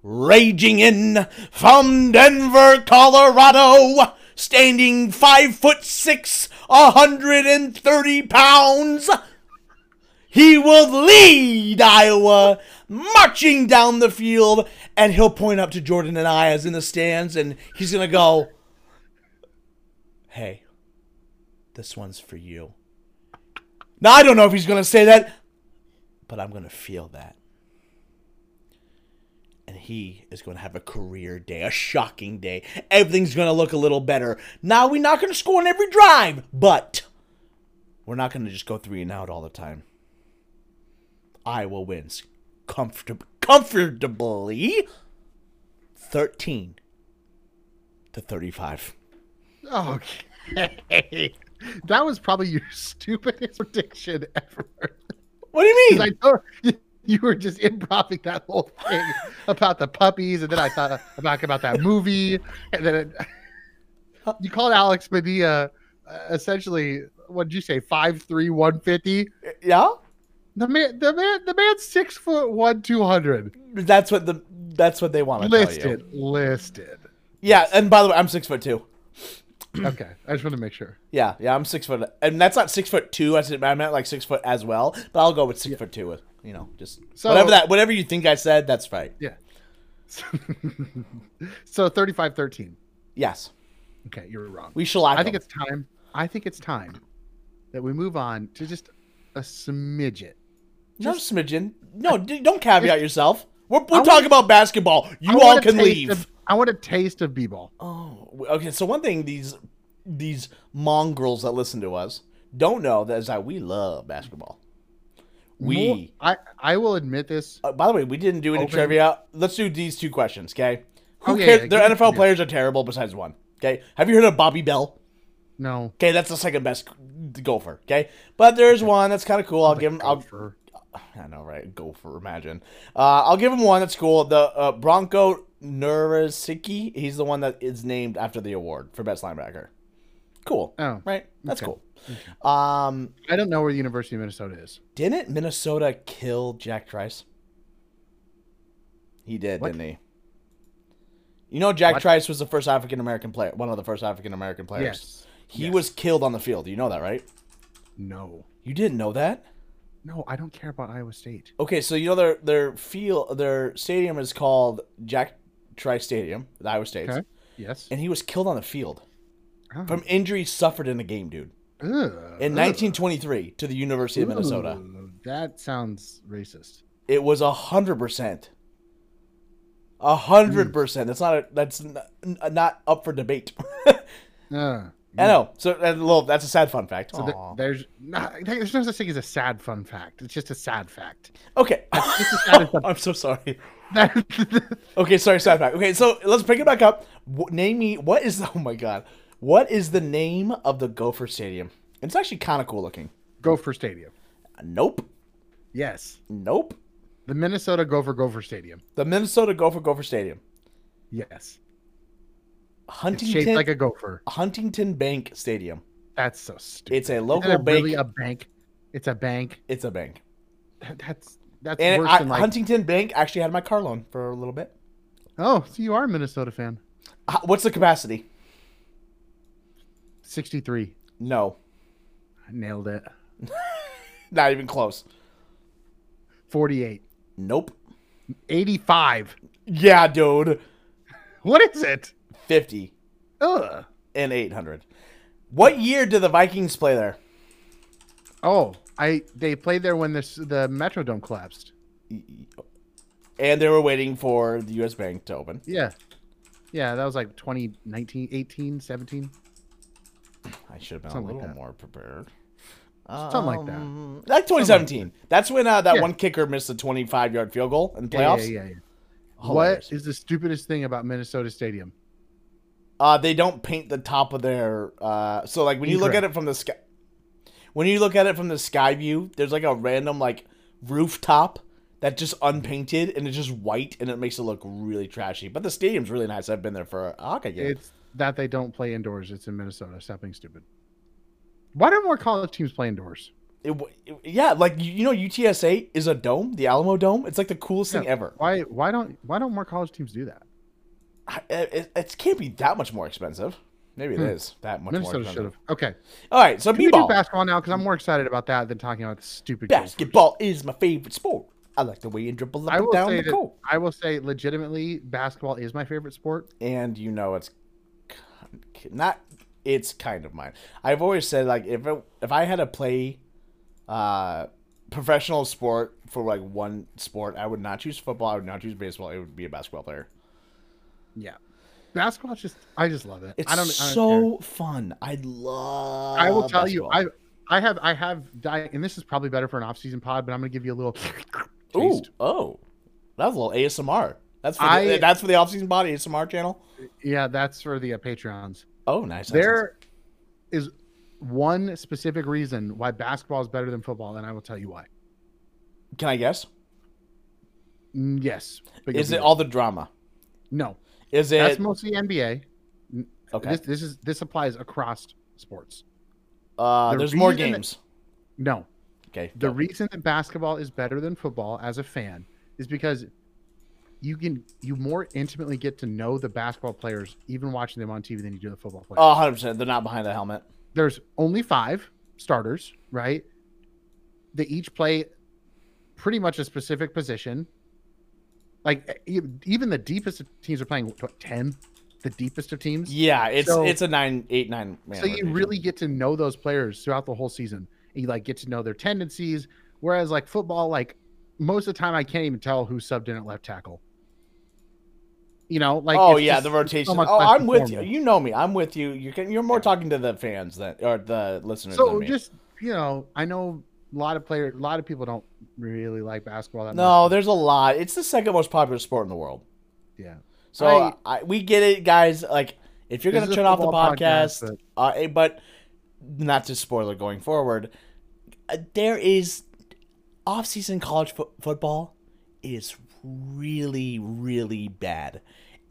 Speaker 1: Raging in from Denver, Colorado, standing five foot six, a hundred and thirty pounds. He will lead Iowa marching down the field, and he'll point up to Jordan and I as in the stands, and he's gonna go, "Hey, this one's for you." Now I don't know if he's gonna say that, but I'm gonna feel that, and he is gonna have a career day, a shocking day. Everything's gonna look a little better. Now we're not gonna score on every drive, but we're not gonna just go three and out all the time. Iowa wins comfortab- comfortably 13 to 35.
Speaker 2: Okay. That was probably your stupidest prediction ever.
Speaker 1: What do you
Speaker 2: 'Cause I
Speaker 1: mean?
Speaker 2: know you- you were just improvising that whole thing about the puppies, and then I thought about about that movie, and then it, you called Alex Medea uh, essentially. What did you say? Five three one fifty.
Speaker 1: yeah?
Speaker 2: The man, the man, the man's six foot one two hundred.
Speaker 1: That's what the that's what they want to tell you.
Speaker 2: Listed, listed.
Speaker 1: Yeah, and by the way, I'm 6 foot 2.
Speaker 2: Okay, I just want to make sure.
Speaker 1: Yeah, yeah, I'm 6 foot and that's not 6 foot 2, I said I meant like 6 foot as well, but I'll go with 6 foot 2, you know, just
Speaker 2: So-
Speaker 1: whatever that whatever you think I said, that's right.
Speaker 2: Yeah. so 35 13.
Speaker 1: Yes.
Speaker 2: Okay, you're wrong.
Speaker 1: We shall act
Speaker 2: I think it's time. I think it's time that we move on to just a smidget.
Speaker 1: no smidgen. No, d- don't caveat yourself. We're, we're
Speaker 2: wanna-
Speaker 1: talking about basketball.
Speaker 2: I
Speaker 1: You
Speaker 2: want
Speaker 1: all
Speaker 2: a
Speaker 1: can
Speaker 2: taste
Speaker 1: leave.
Speaker 2: of- I want a taste of b-ball.
Speaker 1: Oh, w- okay. So one thing these these mongrels that listen to us don't know that is that we love basketball. We.
Speaker 2: More- I I will admit this.
Speaker 1: Uh, by the way, we didn't do any
Speaker 2: Open.
Speaker 1: trivia. Let's do these two questions, okay? Who
Speaker 2: Oh, yeah,
Speaker 1: cares?
Speaker 2: yeah,
Speaker 1: Their
Speaker 2: give me-
Speaker 1: NFL
Speaker 2: yeah.
Speaker 1: players are terrible. Besides one, okay. Have you heard of Bobby Bell?
Speaker 2: No.
Speaker 1: Okay, that's the second best g- gopher. Okay, but there's one that's kind of cool. I'll give him. I'll,
Speaker 2: Gopher.
Speaker 1: I know, right? Gopher. Imagine. Uh, I'll give him one that's cool. The uh, Bronco Nurasicki. He's the one that is named after the award for best linebacker. Cool.
Speaker 2: Oh,
Speaker 1: Right? That's
Speaker 2: Okay.
Speaker 1: cool. Um,
Speaker 2: I don't know where the University of Minnesota is.
Speaker 1: didn't Minnesota kill Jack Trice? He did,
Speaker 2: What?
Speaker 1: didn't he? You know, Jack
Speaker 2: What?
Speaker 1: Trice was the first African American player, one of the first African American players.
Speaker 2: Yes.
Speaker 1: He
Speaker 2: Yes.
Speaker 1: was killed on the field. You know that, right?
Speaker 2: No.
Speaker 1: You didn't know that?
Speaker 2: No, I don't care about Iowa State.
Speaker 1: Okay, so you know their their field, their stadium is called Jack Trice Stadium, the Iowa State,
Speaker 2: Okay. Yes.
Speaker 1: and he was killed on the field
Speaker 2: Oh.
Speaker 1: from injuries suffered in a game, dude,
Speaker 2: Ugh.
Speaker 1: in
Speaker 2: Ugh.
Speaker 1: 1923 to the University of Minnesota.
Speaker 2: Ooh, that sounds racist.
Speaker 1: It was a hundred percent. A
Speaker 2: Hmm.
Speaker 1: hundred percent. That's not a, that's n- n- not up for debate. I
Speaker 2: Uh,
Speaker 1: know. So that's a little. That's a sad fun fact.
Speaker 2: So th-
Speaker 1: Aw.
Speaker 2: there's not, there's no such thing as a sad fun fact. It's just a sad fact.
Speaker 1: okay.
Speaker 2: It's a sad fun-
Speaker 1: I'm so sorry.
Speaker 2: that-
Speaker 1: Okay, sorry, sad fact. Okay, so let's pick it back up. W- name me. What is? Oh my god. What is the name of the Gopher Stadium And it's actually kind of cool looking.
Speaker 2: Gopher Stadium.
Speaker 1: Nope.
Speaker 2: Yes.
Speaker 1: Nope.
Speaker 2: The Minnesota Gopher Gopher Stadium.
Speaker 1: The Minnesota Gopher Gopher Stadium.
Speaker 2: Yes. It's shaped
Speaker 1: Huntington
Speaker 2: like a gopher.
Speaker 1: Huntington Bank Stadium.
Speaker 2: That's so stupid.
Speaker 1: It's a
Speaker 2: Isn't
Speaker 1: local
Speaker 2: it
Speaker 1: bank.
Speaker 2: really a bank? It's a bank.
Speaker 1: it's a bank.
Speaker 2: That- That's that's
Speaker 1: And
Speaker 2: worse
Speaker 1: I-
Speaker 2: than like.
Speaker 1: Huntington Bank actually had my car loan for a little bit.
Speaker 2: oh, so you are a Minnesota fan.
Speaker 1: Uh, What's the capacity?
Speaker 2: Sixty-three.
Speaker 1: No,
Speaker 2: I nailed it.
Speaker 1: not even close.
Speaker 2: Forty-eight.
Speaker 1: Nope.
Speaker 2: 85.
Speaker 1: Yeah, dude.
Speaker 2: What is it?
Speaker 1: 50
Speaker 2: Ugh.
Speaker 1: and 800. What year did the Vikings play there?
Speaker 2: Oh, I they played there when this the Metrodome collapsed.
Speaker 1: And they were waiting for the U.S. Bank to open.
Speaker 2: Yeah. Yeah, that was like 2019, 18, 17.
Speaker 1: I should have been a
Speaker 2: Something like
Speaker 1: little
Speaker 2: that.
Speaker 1: more prepared.
Speaker 2: Something like that.
Speaker 1: Um, Like 2017. That's when uh, that
Speaker 2: Yeah.
Speaker 1: one kicker missed a 25 yard field goal in the
Speaker 2: Yeah, yeah,
Speaker 1: playoffs.
Speaker 2: yeah, yeah.
Speaker 1: Hilarious.
Speaker 2: What is the stupidest thing about Minnesota Stadium?
Speaker 1: Uh, they don't paint the top of their. Uh, so like when you look at
Speaker 2: Incorrect.
Speaker 1: it from the sky, when you look at it from the sky view, there's like a random like rooftop that just unpainted and it's just white and it makes it look really trashy. But the stadium's really nice. I've been there for a hockey game.
Speaker 2: It's that they don't play indoors. It's in Minnesota. Stop being stupid. Why don't more college teams play indoors?
Speaker 1: It w- it- yeah, like you you know, UTSA is a dome, the Alamo Dome. It's like the coolest thing
Speaker 2: Yeah.
Speaker 1: ever.
Speaker 2: Why why don't why don't more college teams do that?
Speaker 1: I- It, it can't be that much more expensive. Maybe it is
Speaker 2: Hmm.
Speaker 1: that much more
Speaker 2: Minnesota should
Speaker 1: expensive.
Speaker 2: have. Okay.
Speaker 1: All right, so
Speaker 2: Can we do
Speaker 1: b-ball.
Speaker 2: basketball now? Because I'm more excited about that than talking about the stupid Gophers.
Speaker 1: Basketball is my favorite sport. I like the way you dribble up
Speaker 2: I
Speaker 1: and
Speaker 2: will
Speaker 1: down
Speaker 2: say
Speaker 1: the
Speaker 2: that
Speaker 1: court.
Speaker 2: I will say legitimately basketball is my favorite sport.
Speaker 1: and you know it's k- not it's kind of mine i've always said like if it, if i had to play uh professional sport for like one sport i would not choose football i would not choose baseball it would be a basketball player
Speaker 2: Yeah. Basketball is just I just love it.
Speaker 1: it's
Speaker 2: I don't I don't
Speaker 1: so
Speaker 2: care.
Speaker 1: fun i love
Speaker 2: I will tell you I
Speaker 1: basketball.
Speaker 2: I have I have diet and this is probably better for an off-season pod, but I'm going to give you a little
Speaker 1: Ooh,
Speaker 2: taste.
Speaker 1: oh that was a little asmr that's for the,
Speaker 2: I-
Speaker 1: that's for the off-season body asmr channel
Speaker 2: Yeah, that's for the uh, Patreons.
Speaker 1: oh nice nice, nice.
Speaker 2: There is one specific reason why basketball is better than football, and I will tell you why.
Speaker 1: can i guess
Speaker 2: Mm, Yes. but you'll
Speaker 1: is
Speaker 2: be
Speaker 1: it
Speaker 2: wrong.
Speaker 1: all the drama
Speaker 2: No.
Speaker 1: is
Speaker 2: That's
Speaker 1: it
Speaker 2: mostly NBA.
Speaker 1: okay
Speaker 2: This this is this applies across sports.
Speaker 1: uh
Speaker 2: the
Speaker 1: there's more
Speaker 2: reason-
Speaker 1: games
Speaker 2: No.
Speaker 1: okay
Speaker 2: The
Speaker 1: go.
Speaker 2: reason that basketball is better than football as a fan is because you can you more intimately get to know the basketball players even watching them on TV than you do the football players.
Speaker 1: Oh, 100%. They're not behind the helmet.
Speaker 2: There's only 5 starters, right? They each play pretty much a specific position. Like e- even the deepest of teams are playing what, 10, the deepest of teams.
Speaker 1: Yeah, it's
Speaker 2: So-
Speaker 1: it's a nine eight nine man.
Speaker 2: so you
Speaker 1: rotation.
Speaker 2: really get to know those players throughout the whole season. You like get to know their tendencies. Whereas like football, like most of the time, I can't even tell who subbed in at left tackle. You know, like
Speaker 1: oh
Speaker 2: it's
Speaker 1: yeah,
Speaker 2: just-
Speaker 1: the
Speaker 2: it's so
Speaker 1: rotation.
Speaker 2: much
Speaker 1: oh,
Speaker 2: less
Speaker 1: I'm with you.
Speaker 2: informal.
Speaker 1: You know me. I'm with you. You can. You're more talking to the fans than or the listeners.
Speaker 2: So
Speaker 1: than me.
Speaker 2: just you know, I know a lot of players, a lot of people don't really like basketball. That much.
Speaker 1: no, there's a lot. It's the second most popular sport in the world.
Speaker 2: yeah,
Speaker 1: So I,
Speaker 2: I-
Speaker 1: we get it, guys. Like if you're
Speaker 2: This
Speaker 1: gonna
Speaker 2: is a
Speaker 1: turn off the
Speaker 2: football
Speaker 1: podcast,
Speaker 2: podcast,
Speaker 1: uh, eh, but not to spoil it going forward, uh, there is off-season college fo- football is really really bad.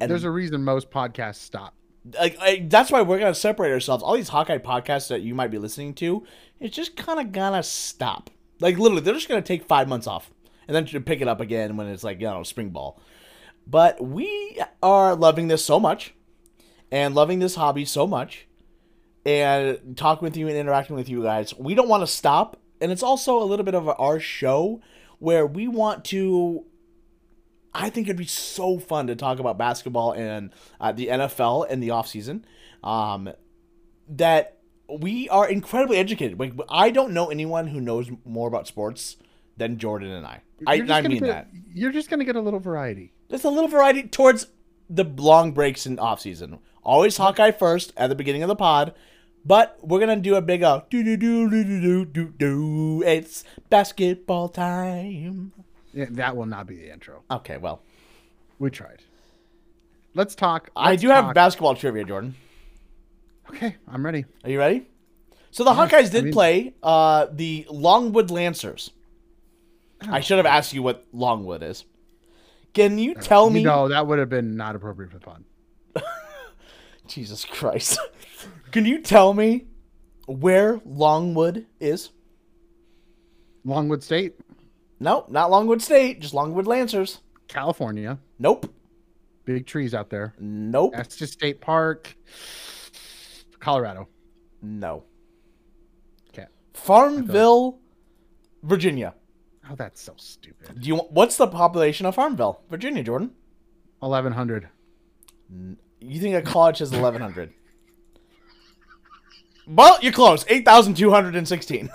Speaker 1: And
Speaker 2: there's a reason most podcasts stop.
Speaker 1: like I, that's why we're gonna separate ourselves. All these Hawkeye podcasts that you might be listening to, it's just kind of gonna stop. Like literally, they're just gonna take five months off and then pick it up again when it's like you know spring ball. But we are loving this so much, and loving this hobby so much, and talking with you and interacting with you guys. We don't want to stop, and it's also a little bit of our show where we want to I think it'd be so fun to talk about basketball and uh, the NFL in the offseason. Um, that we are incredibly educated. Like I don't know anyone who knows more about sports than Jordan and I. I,
Speaker 2: You're
Speaker 1: and
Speaker 2: just
Speaker 1: I
Speaker 2: gonna
Speaker 1: mean
Speaker 2: get-
Speaker 1: that.
Speaker 2: you're just gonna get a little variety.
Speaker 1: There's a little variety towards the long breaks in offseason. Always Hawkeye first at the beginning of the pod, but we're gonna do a big uh, do do do do do do do do. It's basketball time.
Speaker 2: Yeah, that will not be the intro.
Speaker 1: Okay, well,
Speaker 2: We tried. Let's talk.
Speaker 1: I
Speaker 2: let's
Speaker 1: do
Speaker 2: talk.
Speaker 1: have basketball trivia, Jordan.
Speaker 2: Okay, I'm ready.
Speaker 1: Are you ready? So the
Speaker 2: Yeah,
Speaker 1: Hawkeyes
Speaker 2: I
Speaker 1: did
Speaker 2: mean-
Speaker 1: play uh, the Longwood Lancers. I
Speaker 2: Oh. Uh,
Speaker 1: should have asked you what Longwood is. Can you tell me?
Speaker 2: No, that would have been not appropriate for the pod.
Speaker 1: Jesus Christ. Can you tell me where Longwood is?
Speaker 2: Longwood State,
Speaker 1: No, not Longwood State, just Longwood Lancers.
Speaker 2: California,
Speaker 1: Nope.
Speaker 2: big trees out there.
Speaker 1: Nope.
Speaker 2: Estes State Park, Colorado.
Speaker 1: No.
Speaker 2: Okay.
Speaker 1: Farmville, Virginia.
Speaker 2: Oh, that's so stupid.
Speaker 1: Do you want, what's the population of Farmville, Virginia, Jordan?
Speaker 2: Eleven hundred.
Speaker 1: You think a college has 1100? Well, you're close. 8,216.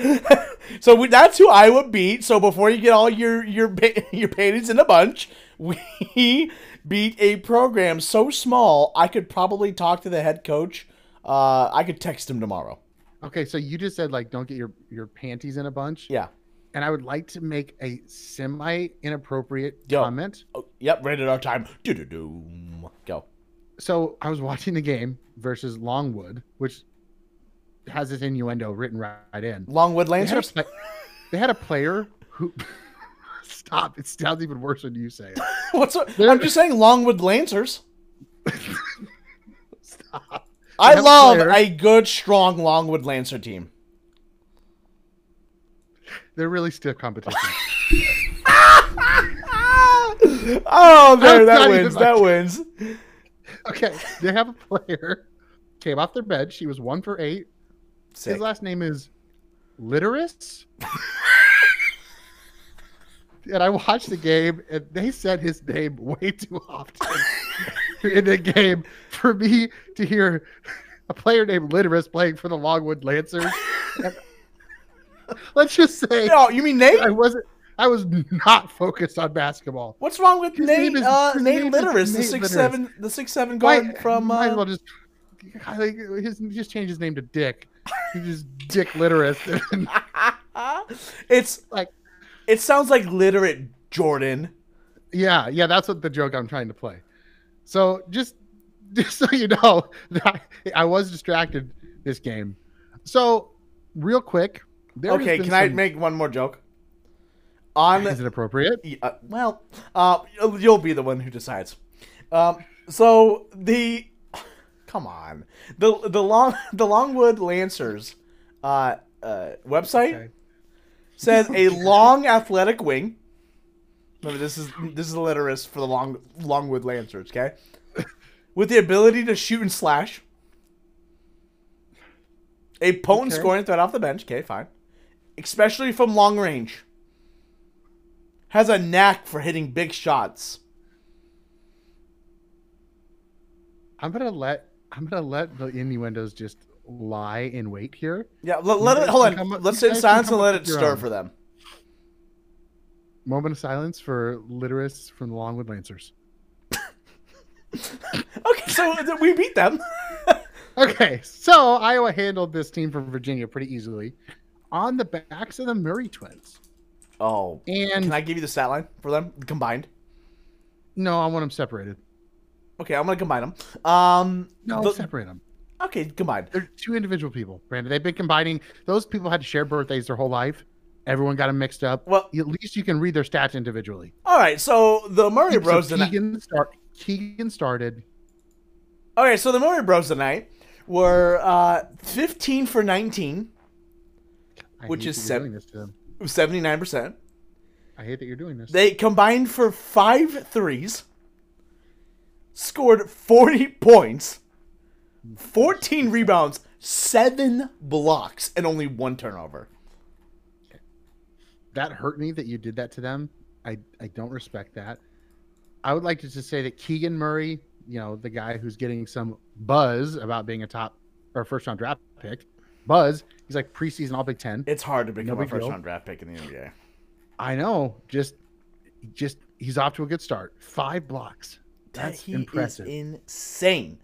Speaker 1: so we, that's who Iowa beat. So before you get all your your ba- your panties in a bunch, we beat a program so small I could probably talk to the head coach. Uh, I could text him tomorrow.
Speaker 2: Okay, so you just said like don't get your your panties in a bunch.
Speaker 1: Yeah.
Speaker 2: And I would like to make a semi inappropriate
Speaker 1: Yo.
Speaker 2: comment.
Speaker 1: Oh, yep. Rated our time. Do do do. Go.
Speaker 2: So I was watching the game versus Longwood, which has this innuendo written right in.
Speaker 1: Longwood
Speaker 2: They had a,
Speaker 1: Lancers.
Speaker 2: pla- they had a player who. Stop! It sounds even worse when you say it.
Speaker 1: What's? up?
Speaker 2: They're-
Speaker 1: I'm just saying Longwood Lancers.
Speaker 2: Stop.
Speaker 1: I
Speaker 2: have a
Speaker 1: love
Speaker 2: player.
Speaker 1: a good, strong Longwood Lancer team.
Speaker 2: They're really stiff competition.
Speaker 1: oh, there,
Speaker 2: That's
Speaker 1: that
Speaker 2: not even
Speaker 1: wins.
Speaker 2: my-
Speaker 1: That wins.
Speaker 2: okay, they have a player came off their bed. She was one for eight.
Speaker 1: Sick.
Speaker 2: His last name is Literis. and I watched the game, and they said his name way too often in the game for me to hear a player named Literis playing for the Longwood Lancers. And- let's just say
Speaker 1: No, you mean Nate?
Speaker 2: I wasn't. I was not focused on basketball.
Speaker 1: What's wrong with
Speaker 2: His
Speaker 1: Nate?
Speaker 2: name is-
Speaker 1: uh,
Speaker 2: his
Speaker 1: Nate
Speaker 2: name is
Speaker 1: Litteris, the
Speaker 2: Nate
Speaker 1: six
Speaker 2: Litteris.
Speaker 1: seven, the six seven guard
Speaker 2: Might-
Speaker 1: from.
Speaker 2: might as well
Speaker 1: Uh,
Speaker 2: just I think his just change his name to Dick. He's just Dick Literist.
Speaker 1: it's like
Speaker 2: Like-
Speaker 1: it sounds like literate Jordan.
Speaker 2: Yeah, yeah, that's what the joke I'm trying to play. So just just so you know, that I was distracted this game. So real quick, there has
Speaker 1: okay,
Speaker 2: been
Speaker 1: can I
Speaker 2: some-
Speaker 1: make one more joke? On
Speaker 2: Is it appropriate?
Speaker 1: Yeah, uh, well, uh, you'll- you'll be the one who decides. Um, so the come on the the long the Longwood Lancers uh, uh, website
Speaker 2: Okay.
Speaker 1: says a long athletic wing. Remember, this is this is the literist for the long Longwood Lancers. Okay, with the ability to shoot and slash, a potent
Speaker 2: Okay.
Speaker 1: scoring threat off the bench. Okay, fine, especially from long range. Has a knack for hitting big shots.
Speaker 2: I'm gonna let I'm gonna let the innuendos just lie in wait here.
Speaker 1: Yeah, let, let
Speaker 2: guys
Speaker 1: it. Hold
Speaker 2: can
Speaker 1: on.
Speaker 2: come up-
Speaker 1: Let's
Speaker 2: you
Speaker 1: sit in
Speaker 2: guys can
Speaker 1: silence
Speaker 2: come
Speaker 1: and
Speaker 2: up
Speaker 1: let it
Speaker 2: with your
Speaker 1: stir
Speaker 2: own.
Speaker 1: for them.
Speaker 2: Moment of silence for literists from the Longwood Lancers.
Speaker 1: Okay, so th- we beat them.
Speaker 2: Okay, so Iowa handled this team from Virginia pretty easily on the backs of the Murray twins.
Speaker 1: oh,
Speaker 2: And
Speaker 1: can I give you the stat line for them combined?
Speaker 2: no, I want them separated.
Speaker 1: Okay, I'm gonna combine them. Um,
Speaker 2: No,
Speaker 1: the-
Speaker 2: separate them.
Speaker 1: okay, combined.
Speaker 2: They're two individual people, Brandon. They've been combining. Those people had to share birthdays their whole life. Everyone got them mixed up.
Speaker 1: Well,
Speaker 2: At least you can read their stats individually.
Speaker 1: all right. So the Murray Bros
Speaker 2: So
Speaker 1: tonight.
Speaker 2: Keegan, start, Keegan started.
Speaker 1: All right, so the Murray Bros tonight were uh, 15 for 19,
Speaker 2: I
Speaker 1: Which
Speaker 2: hate
Speaker 1: is
Speaker 2: that you're
Speaker 1: seven.
Speaker 2: doing this to them.
Speaker 1: 79 percent.
Speaker 2: I hate that you're doing this.
Speaker 1: They combined for five threes, scored 40 points, 14 rebounds, seven blocks, and only one turnover.
Speaker 2: that hurt me that you did that to them. I, I don't respect that. I would like to just say that Keegan Murray, you know, the guy who's getting some buzz about being a top or first round draft pick, buzz. He's like preseason All Big Ten.
Speaker 1: It's hard to become a
Speaker 2: big
Speaker 1: first
Speaker 2: deal.
Speaker 1: round draft pick in the NBA.
Speaker 2: I know. Just, just he's off to a good start. Five blocks. That's
Speaker 1: he
Speaker 2: impressive.
Speaker 1: Is insane.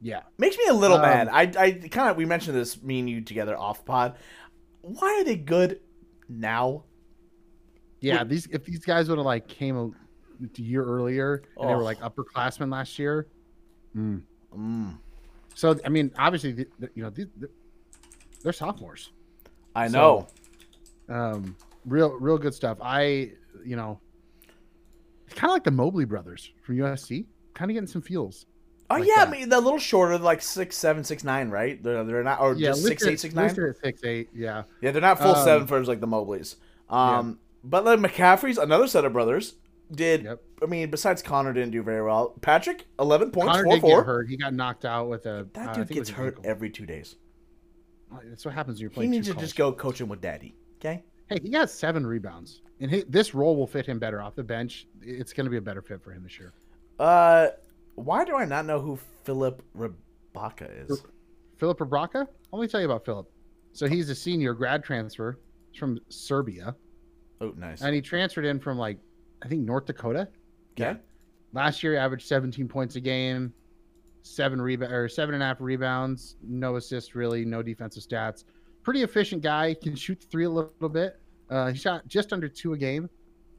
Speaker 2: Yeah.
Speaker 1: Makes me a little
Speaker 2: Um,
Speaker 1: mad. I, I kind of we mentioned this me and you together off pod. Why are they good now?
Speaker 2: Yeah. These if these guys would have like came a, a year earlier and they
Speaker 1: Oh.
Speaker 2: were like upperclassmen last year.
Speaker 1: Mm.
Speaker 2: So I mean, obviously, the, the- you know, the, the, They're sophomores.
Speaker 1: I
Speaker 2: So-
Speaker 1: know.
Speaker 2: Um, real, real good stuff. I, you know, it's kind of like the Mobley brothers from USC. Kind of getting some feels.
Speaker 1: oh
Speaker 2: like
Speaker 1: yeah,
Speaker 2: that.
Speaker 1: I mean they're a little shorter, like six seven, six nine, right? They're they're not or Oh, just six eight, six nine.
Speaker 2: six eight. Yeah,
Speaker 1: Yeah, they're not full
Speaker 2: Um,
Speaker 1: seven footers like the Mobleys. Um, but like McCaffrey's another set of brothers did.
Speaker 2: Yep.
Speaker 1: I mean, besides Connor didn't do very well. Patrick eleven points
Speaker 2: Connor
Speaker 1: four
Speaker 2: did get
Speaker 1: four.
Speaker 2: hurt. He got knocked out with a. uh, I
Speaker 1: That
Speaker 2: think
Speaker 1: dude
Speaker 2: it was
Speaker 1: gets
Speaker 2: an
Speaker 1: hurt
Speaker 2: ankle.
Speaker 1: every two days.
Speaker 2: That's what happens when you're
Speaker 1: He
Speaker 2: playing.
Speaker 1: needs
Speaker 2: two
Speaker 1: to just go coaching with Daddy. Okay.
Speaker 2: Hey, he got seven rebounds, and he, this role will fit him better off the bench. It's going to be a better fit for him this year.
Speaker 1: Uh, why do I not know who Philip Rebecca is?
Speaker 2: Philip Rabraka. Let me tell you about Philip. So he's a senior grad transfer He's from Serbia,
Speaker 1: Oh, nice.
Speaker 2: and he transferred in from like I think North Dakota.
Speaker 1: Okay.
Speaker 2: Last year, he averaged 17 points a game, seven rebound or seven and a half rebounds, no assists really, no defensive stats. Pretty efficient guy. Can shoot the three a little bit. Uh, he shot just under two a game,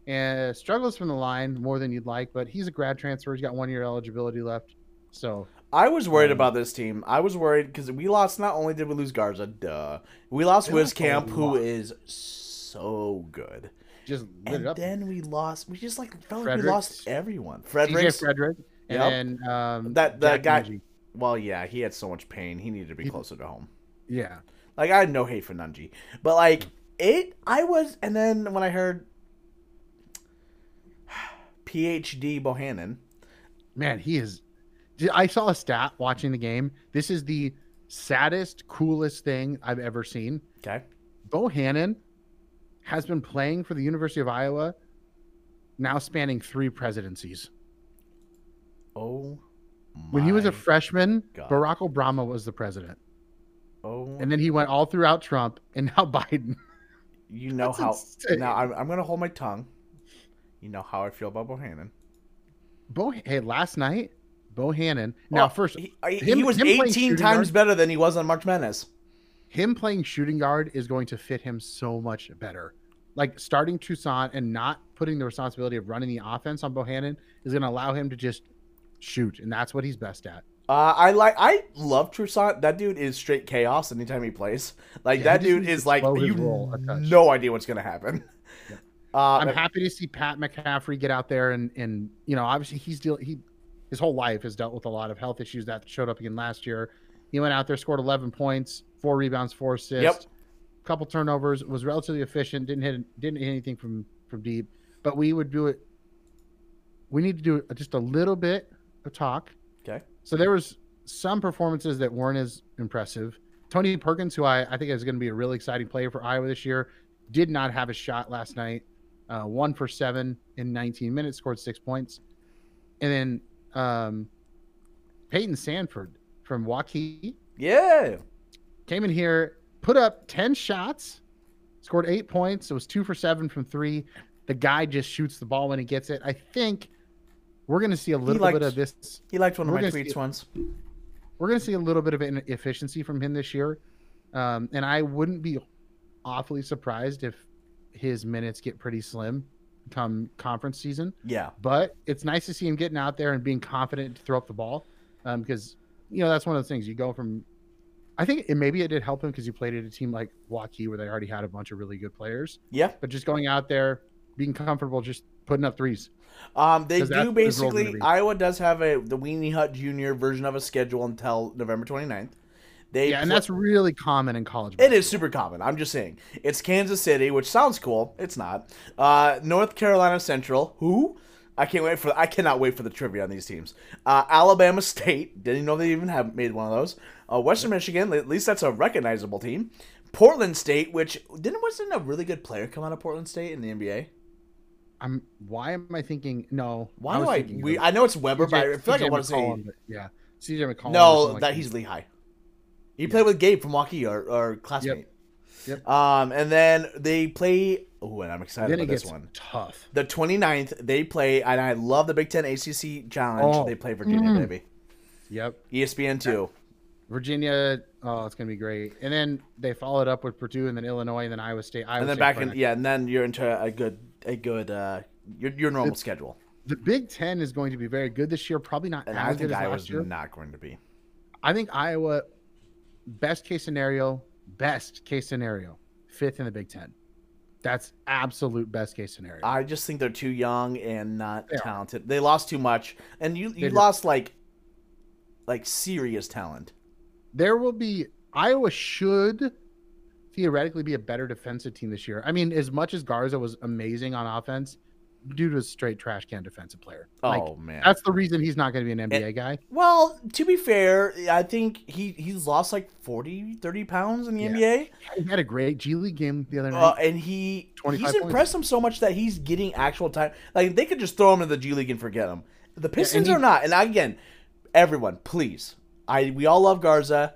Speaker 2: and struggles from the line more than you'd like. But he's a grad transfer. He's got one year eligibility left. So
Speaker 1: I was worried
Speaker 2: Um,
Speaker 1: about this team. I was worried because we lost. Not only did we lose Garza, duh, we lost
Speaker 2: They lost a
Speaker 1: Wiscamp, who
Speaker 2: lot.
Speaker 1: is so good.
Speaker 2: just lit
Speaker 1: And
Speaker 2: it up.
Speaker 1: then we lost. We just like felt like we
Speaker 2: Fredericks.
Speaker 1: lost everyone.
Speaker 2: DJ
Speaker 1: Frederick.
Speaker 2: Frederick,
Speaker 1: Yep.
Speaker 2: and then um,
Speaker 1: That- that guy-
Speaker 2: Nungy.
Speaker 1: well, yeah, he had so much pain. He needed to be
Speaker 2: He-
Speaker 1: closer to home.
Speaker 2: Yeah,
Speaker 1: Like I had no hate for Nunji, but like it, I was. And then when I heard PhD Bohannon,
Speaker 2: man, he is. Dude, I saw a stat watching the game. This is the saddest, coolest thing I've ever seen.
Speaker 1: okay,
Speaker 2: Bohannon has been playing for the University of Iowa, now spanning three presidencies.
Speaker 1: oh, my,
Speaker 2: When he was a freshman,
Speaker 1: God.
Speaker 2: Barack Obama was the president,
Speaker 1: oh,
Speaker 2: and then he went all throughout Trump, and now Biden.
Speaker 1: you know
Speaker 2: That's
Speaker 1: how
Speaker 2: insane.
Speaker 1: now I'm, I'm gonna hold my tongue. You know how I feel about Bohannon.
Speaker 2: Bo, hey, last night, Bohannon. Now,
Speaker 1: Well,
Speaker 2: first,
Speaker 1: he, I- he
Speaker 2: him-
Speaker 1: was
Speaker 2: him playing
Speaker 1: 18
Speaker 2: shooting
Speaker 1: times
Speaker 2: guard-
Speaker 1: better than he was on March Madness.
Speaker 2: him playing shooting guard is going to fit him so much better. Like starting Toussaint and not putting the responsibility of running the offense on Bohannon is going to allow him to just shoot, and that's what he's best at.
Speaker 1: Uh, I like I love Toussaint. That dude is straight chaos anytime he plays. Like
Speaker 2: Yeah,
Speaker 1: that
Speaker 2: he just
Speaker 1: dude
Speaker 2: needs
Speaker 1: is
Speaker 2: to
Speaker 1: like
Speaker 2: slow his
Speaker 1: you
Speaker 2: roll a touch.
Speaker 1: no idea what's gonna happen.
Speaker 2: Yep.
Speaker 1: Uh,
Speaker 2: I'm happy to see Pat McCaffrey get out there and and you know obviously he's deal he his whole life has dealt with a lot of health issues that showed up again last year. He went out there, scored 11 points, four rebounds, four assists, couple turnovers, was relatively efficient, didn't hit didn't hit anything from from deep. But we would do it. We need to do just a little bit of talk.
Speaker 1: Okay.
Speaker 2: So there was some performances that weren't as impressive. Tony Perkins, who I, I think is going to be a really exciting player for Iowa this year, did not have a shot last night. Uh, one for seven in 19 minutes, scored six points. And then um, Peyton Sanford from Waukee
Speaker 1: yeah,
Speaker 2: came in here, put up 10 shots, scored eight points. It was two for seven from three. The guy just shoots the ball when he gets it. I think we're going to see a little
Speaker 1: liked-
Speaker 2: bit of this
Speaker 1: he liked one of
Speaker 2: We're
Speaker 1: my
Speaker 2: gonna see
Speaker 1: tweets
Speaker 2: it.
Speaker 1: once.
Speaker 2: we're going to see a little bit of inefficiency from him this year. Um, and I wouldn't be awfully surprised if his minutes get pretty slim come conference season.
Speaker 1: Yeah,
Speaker 2: But it's nice to see him getting out there and being confident to throw up the ball um, because, you know, that's one of the things you go from. I think it, maybe it did help him because he played at a team like Waukee where they already had a bunch of really good players.
Speaker 1: yeah.
Speaker 2: But just going out there, being comfortable, just putting up threes.
Speaker 1: Um, they
Speaker 2: 'Cause that's
Speaker 1: do
Speaker 2: what his role's
Speaker 1: basically.
Speaker 2: gonna be.
Speaker 1: Iowa does have a the Weenie Hut Junior version of a schedule until November 29th. They
Speaker 2: Yeah, and
Speaker 1: pl-
Speaker 2: that's really common in college.
Speaker 1: It is super common. I'm just saying. It's Kansas City, which sounds cool. It's not. Uh, North Carolina Central. Who? I can't wait for. I cannot wait for the trivia on these teams. Uh, Alabama State. Didn't know they even have made one of those. Uh, Western Michigan. At least that's a recognizable team. Portland State, which didn't wasn't a really good player come out of Portland State in the NBA.
Speaker 2: I'm why am I thinking no?
Speaker 1: Why do
Speaker 2: was
Speaker 1: I?
Speaker 2: thinking
Speaker 1: we,
Speaker 2: of
Speaker 1: I know it's Weber, but I
Speaker 2: CJ
Speaker 1: feel like I want to say
Speaker 2: McCollum, but yeah, CJ McCollum. or
Speaker 1: no.
Speaker 2: something like
Speaker 1: that he's Lehigh. He played with Gabe from Waukee, our, our classmate.
Speaker 2: Yep.
Speaker 1: Um, and then they play. Oh, and I'm excited
Speaker 2: Then it
Speaker 1: about this
Speaker 2: gets
Speaker 1: one.
Speaker 2: tough.
Speaker 1: The 29th, they play, and I love the Big Ten ACC challenge.
Speaker 2: Oh.
Speaker 1: They play Virginia,
Speaker 2: Mm.
Speaker 1: baby. E
Speaker 2: Yep,
Speaker 1: ESPN two.
Speaker 2: Virginia. Oh, it's gonna be great. And then they followed up with Purdue, and then Illinois, and then Iowa State. Iowa
Speaker 1: and then
Speaker 2: State
Speaker 1: back
Speaker 2: for
Speaker 1: in
Speaker 2: next-
Speaker 1: yeah, and then you're into a good a good uh your your normal schedule.
Speaker 2: The Big Ten is going to be very good this year. Probably not
Speaker 1: And
Speaker 2: as
Speaker 1: I think
Speaker 2: good as
Speaker 1: I
Speaker 2: last
Speaker 1: was
Speaker 2: year.
Speaker 1: not going to be.
Speaker 2: I think Iowa, best case scenario, Best case scenario, fifth in the Big Ten. That's absolute best case scenario.
Speaker 1: I just think they're too young and not
Speaker 2: They are.
Speaker 1: talented. They lost too much, and you you
Speaker 2: did.
Speaker 1: lost like like serious talent.
Speaker 2: there will be Iowa should theoretically be a better defensive team this year. I mean, as much as Garza was amazing on offense, dude was straight trash can defensive player. Like
Speaker 1: oh man.
Speaker 2: that's the reason he's not going to be an NBA guy.
Speaker 1: well, to be fair, I think he he's lost like 40, 30 pounds in the
Speaker 2: Yeah.
Speaker 1: NBA.
Speaker 2: He had a great G League game the other night.
Speaker 1: Uh, and he
Speaker 2: 25
Speaker 1: he's
Speaker 2: points.
Speaker 1: impressed them so much that he's getting actual time. Like they could just throw him in the G League and forget him. The Pistons
Speaker 2: he-
Speaker 1: are not. And again, everyone, please, I we all love Garza.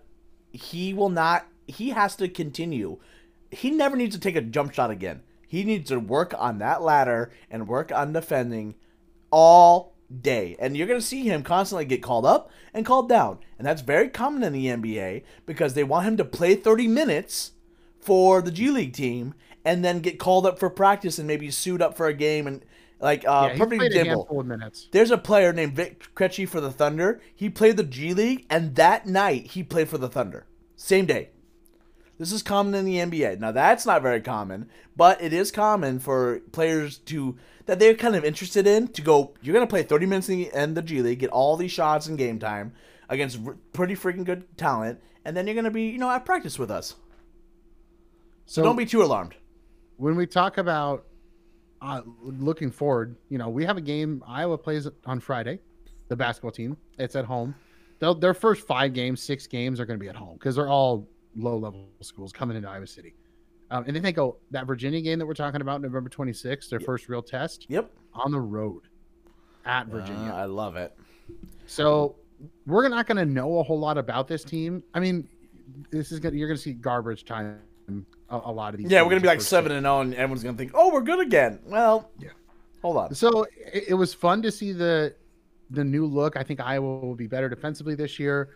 Speaker 1: He will not. He has to continue. He never needs to take a jump shot again. He needs to work on that ladder and work on defending all day. And you're going to see him constantly get called up and called down. And that's very common in the NBA because they want him to play 30 minutes for the G League team and then get called up for practice and maybe suit up for a game and like uh
Speaker 2: yeah, he
Speaker 1: perfect
Speaker 2: played a
Speaker 1: example.
Speaker 2: handful of minutes.
Speaker 1: There's a player named Vic Krejci for the Thunder. He played the G League, and that night he played for the Thunder. Same day. This is common in the NBA. Now that's not very common, but it is common for players to that they're kind of interested in to go. You're gonna play 30 minutes in the, in the G League, get all these shots and game time against r- pretty freaking good talent, and then you're gonna be, you know, at practice with us. So
Speaker 2: So-
Speaker 1: don't be too alarmed.
Speaker 2: When we talk about uh, looking forward, you know, we have a game Iowa plays on Friday, the basketball team. It's at home. They'll, their first five games, six games are going to be at home because they're all low level schools coming into Iowa City. Um, and then they go that Virginia game that we're talking about, November 26th, their first real test
Speaker 1: Yep.
Speaker 2: on the road at Virginia.
Speaker 1: Uh, I love it.
Speaker 2: So we're not going to know a whole lot about this team. I mean, this is gonna, you're going to see garbage time. A, a lot of these.
Speaker 1: Yeah, we're
Speaker 2: teams
Speaker 1: gonna be
Speaker 2: the
Speaker 1: like
Speaker 2: first
Speaker 1: seven and zero, and everyone's gonna think, "Oh, we're good again." Well,
Speaker 2: Yeah.
Speaker 1: Hold on.
Speaker 2: So it, it was fun to see the the new look. I think Iowa will be better defensively this year.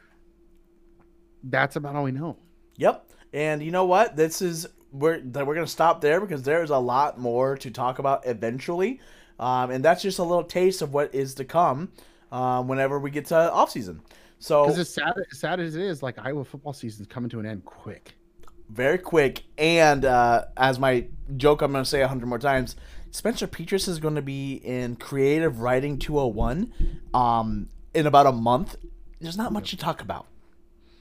Speaker 2: That's about all we know.
Speaker 1: Yep. And you know what? This is we're that we're gonna stop there because there is a lot more to talk about eventually, um, and that's just a little taste of what is to come um, whenever we get to off season.
Speaker 2: Because
Speaker 1: So
Speaker 2: as sad, as sad as it is, like Iowa football season's coming to an end quick.
Speaker 1: very quick, and uh, as my joke, I'm gonna say a hundred more times. Spencer Petras is going to be in Creative Writing 201 um, in about a month. There's not much to talk about.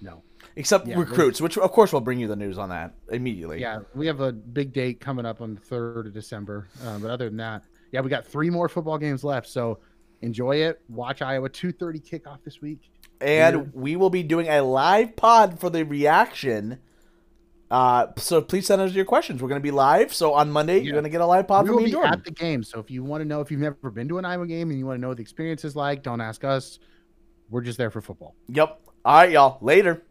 Speaker 2: No.
Speaker 1: except
Speaker 2: Yeah,
Speaker 1: recruits, which of course we'll bring you the news on that immediately.
Speaker 2: Yeah, we have a big date coming up on the third of December. Uh, but other than that, yeah, we got three more football games left. So enjoy it. Watch Iowa two thirty kickoff this week.
Speaker 1: and
Speaker 2: Weird.
Speaker 1: we will be doing a live pod for the reaction. Uh, so please send us your questions. We're going to be live, so on Monday
Speaker 2: Yeah.
Speaker 1: you're going to get a live pod
Speaker 2: we
Speaker 1: from
Speaker 2: will
Speaker 1: me and
Speaker 2: be
Speaker 1: Jordan.
Speaker 2: at the game. So if you want to know if you've never been to an Iowa game and you want to know what the experience is like, don't ask us. We're just there for football.
Speaker 1: yep. All right, y'all. Later.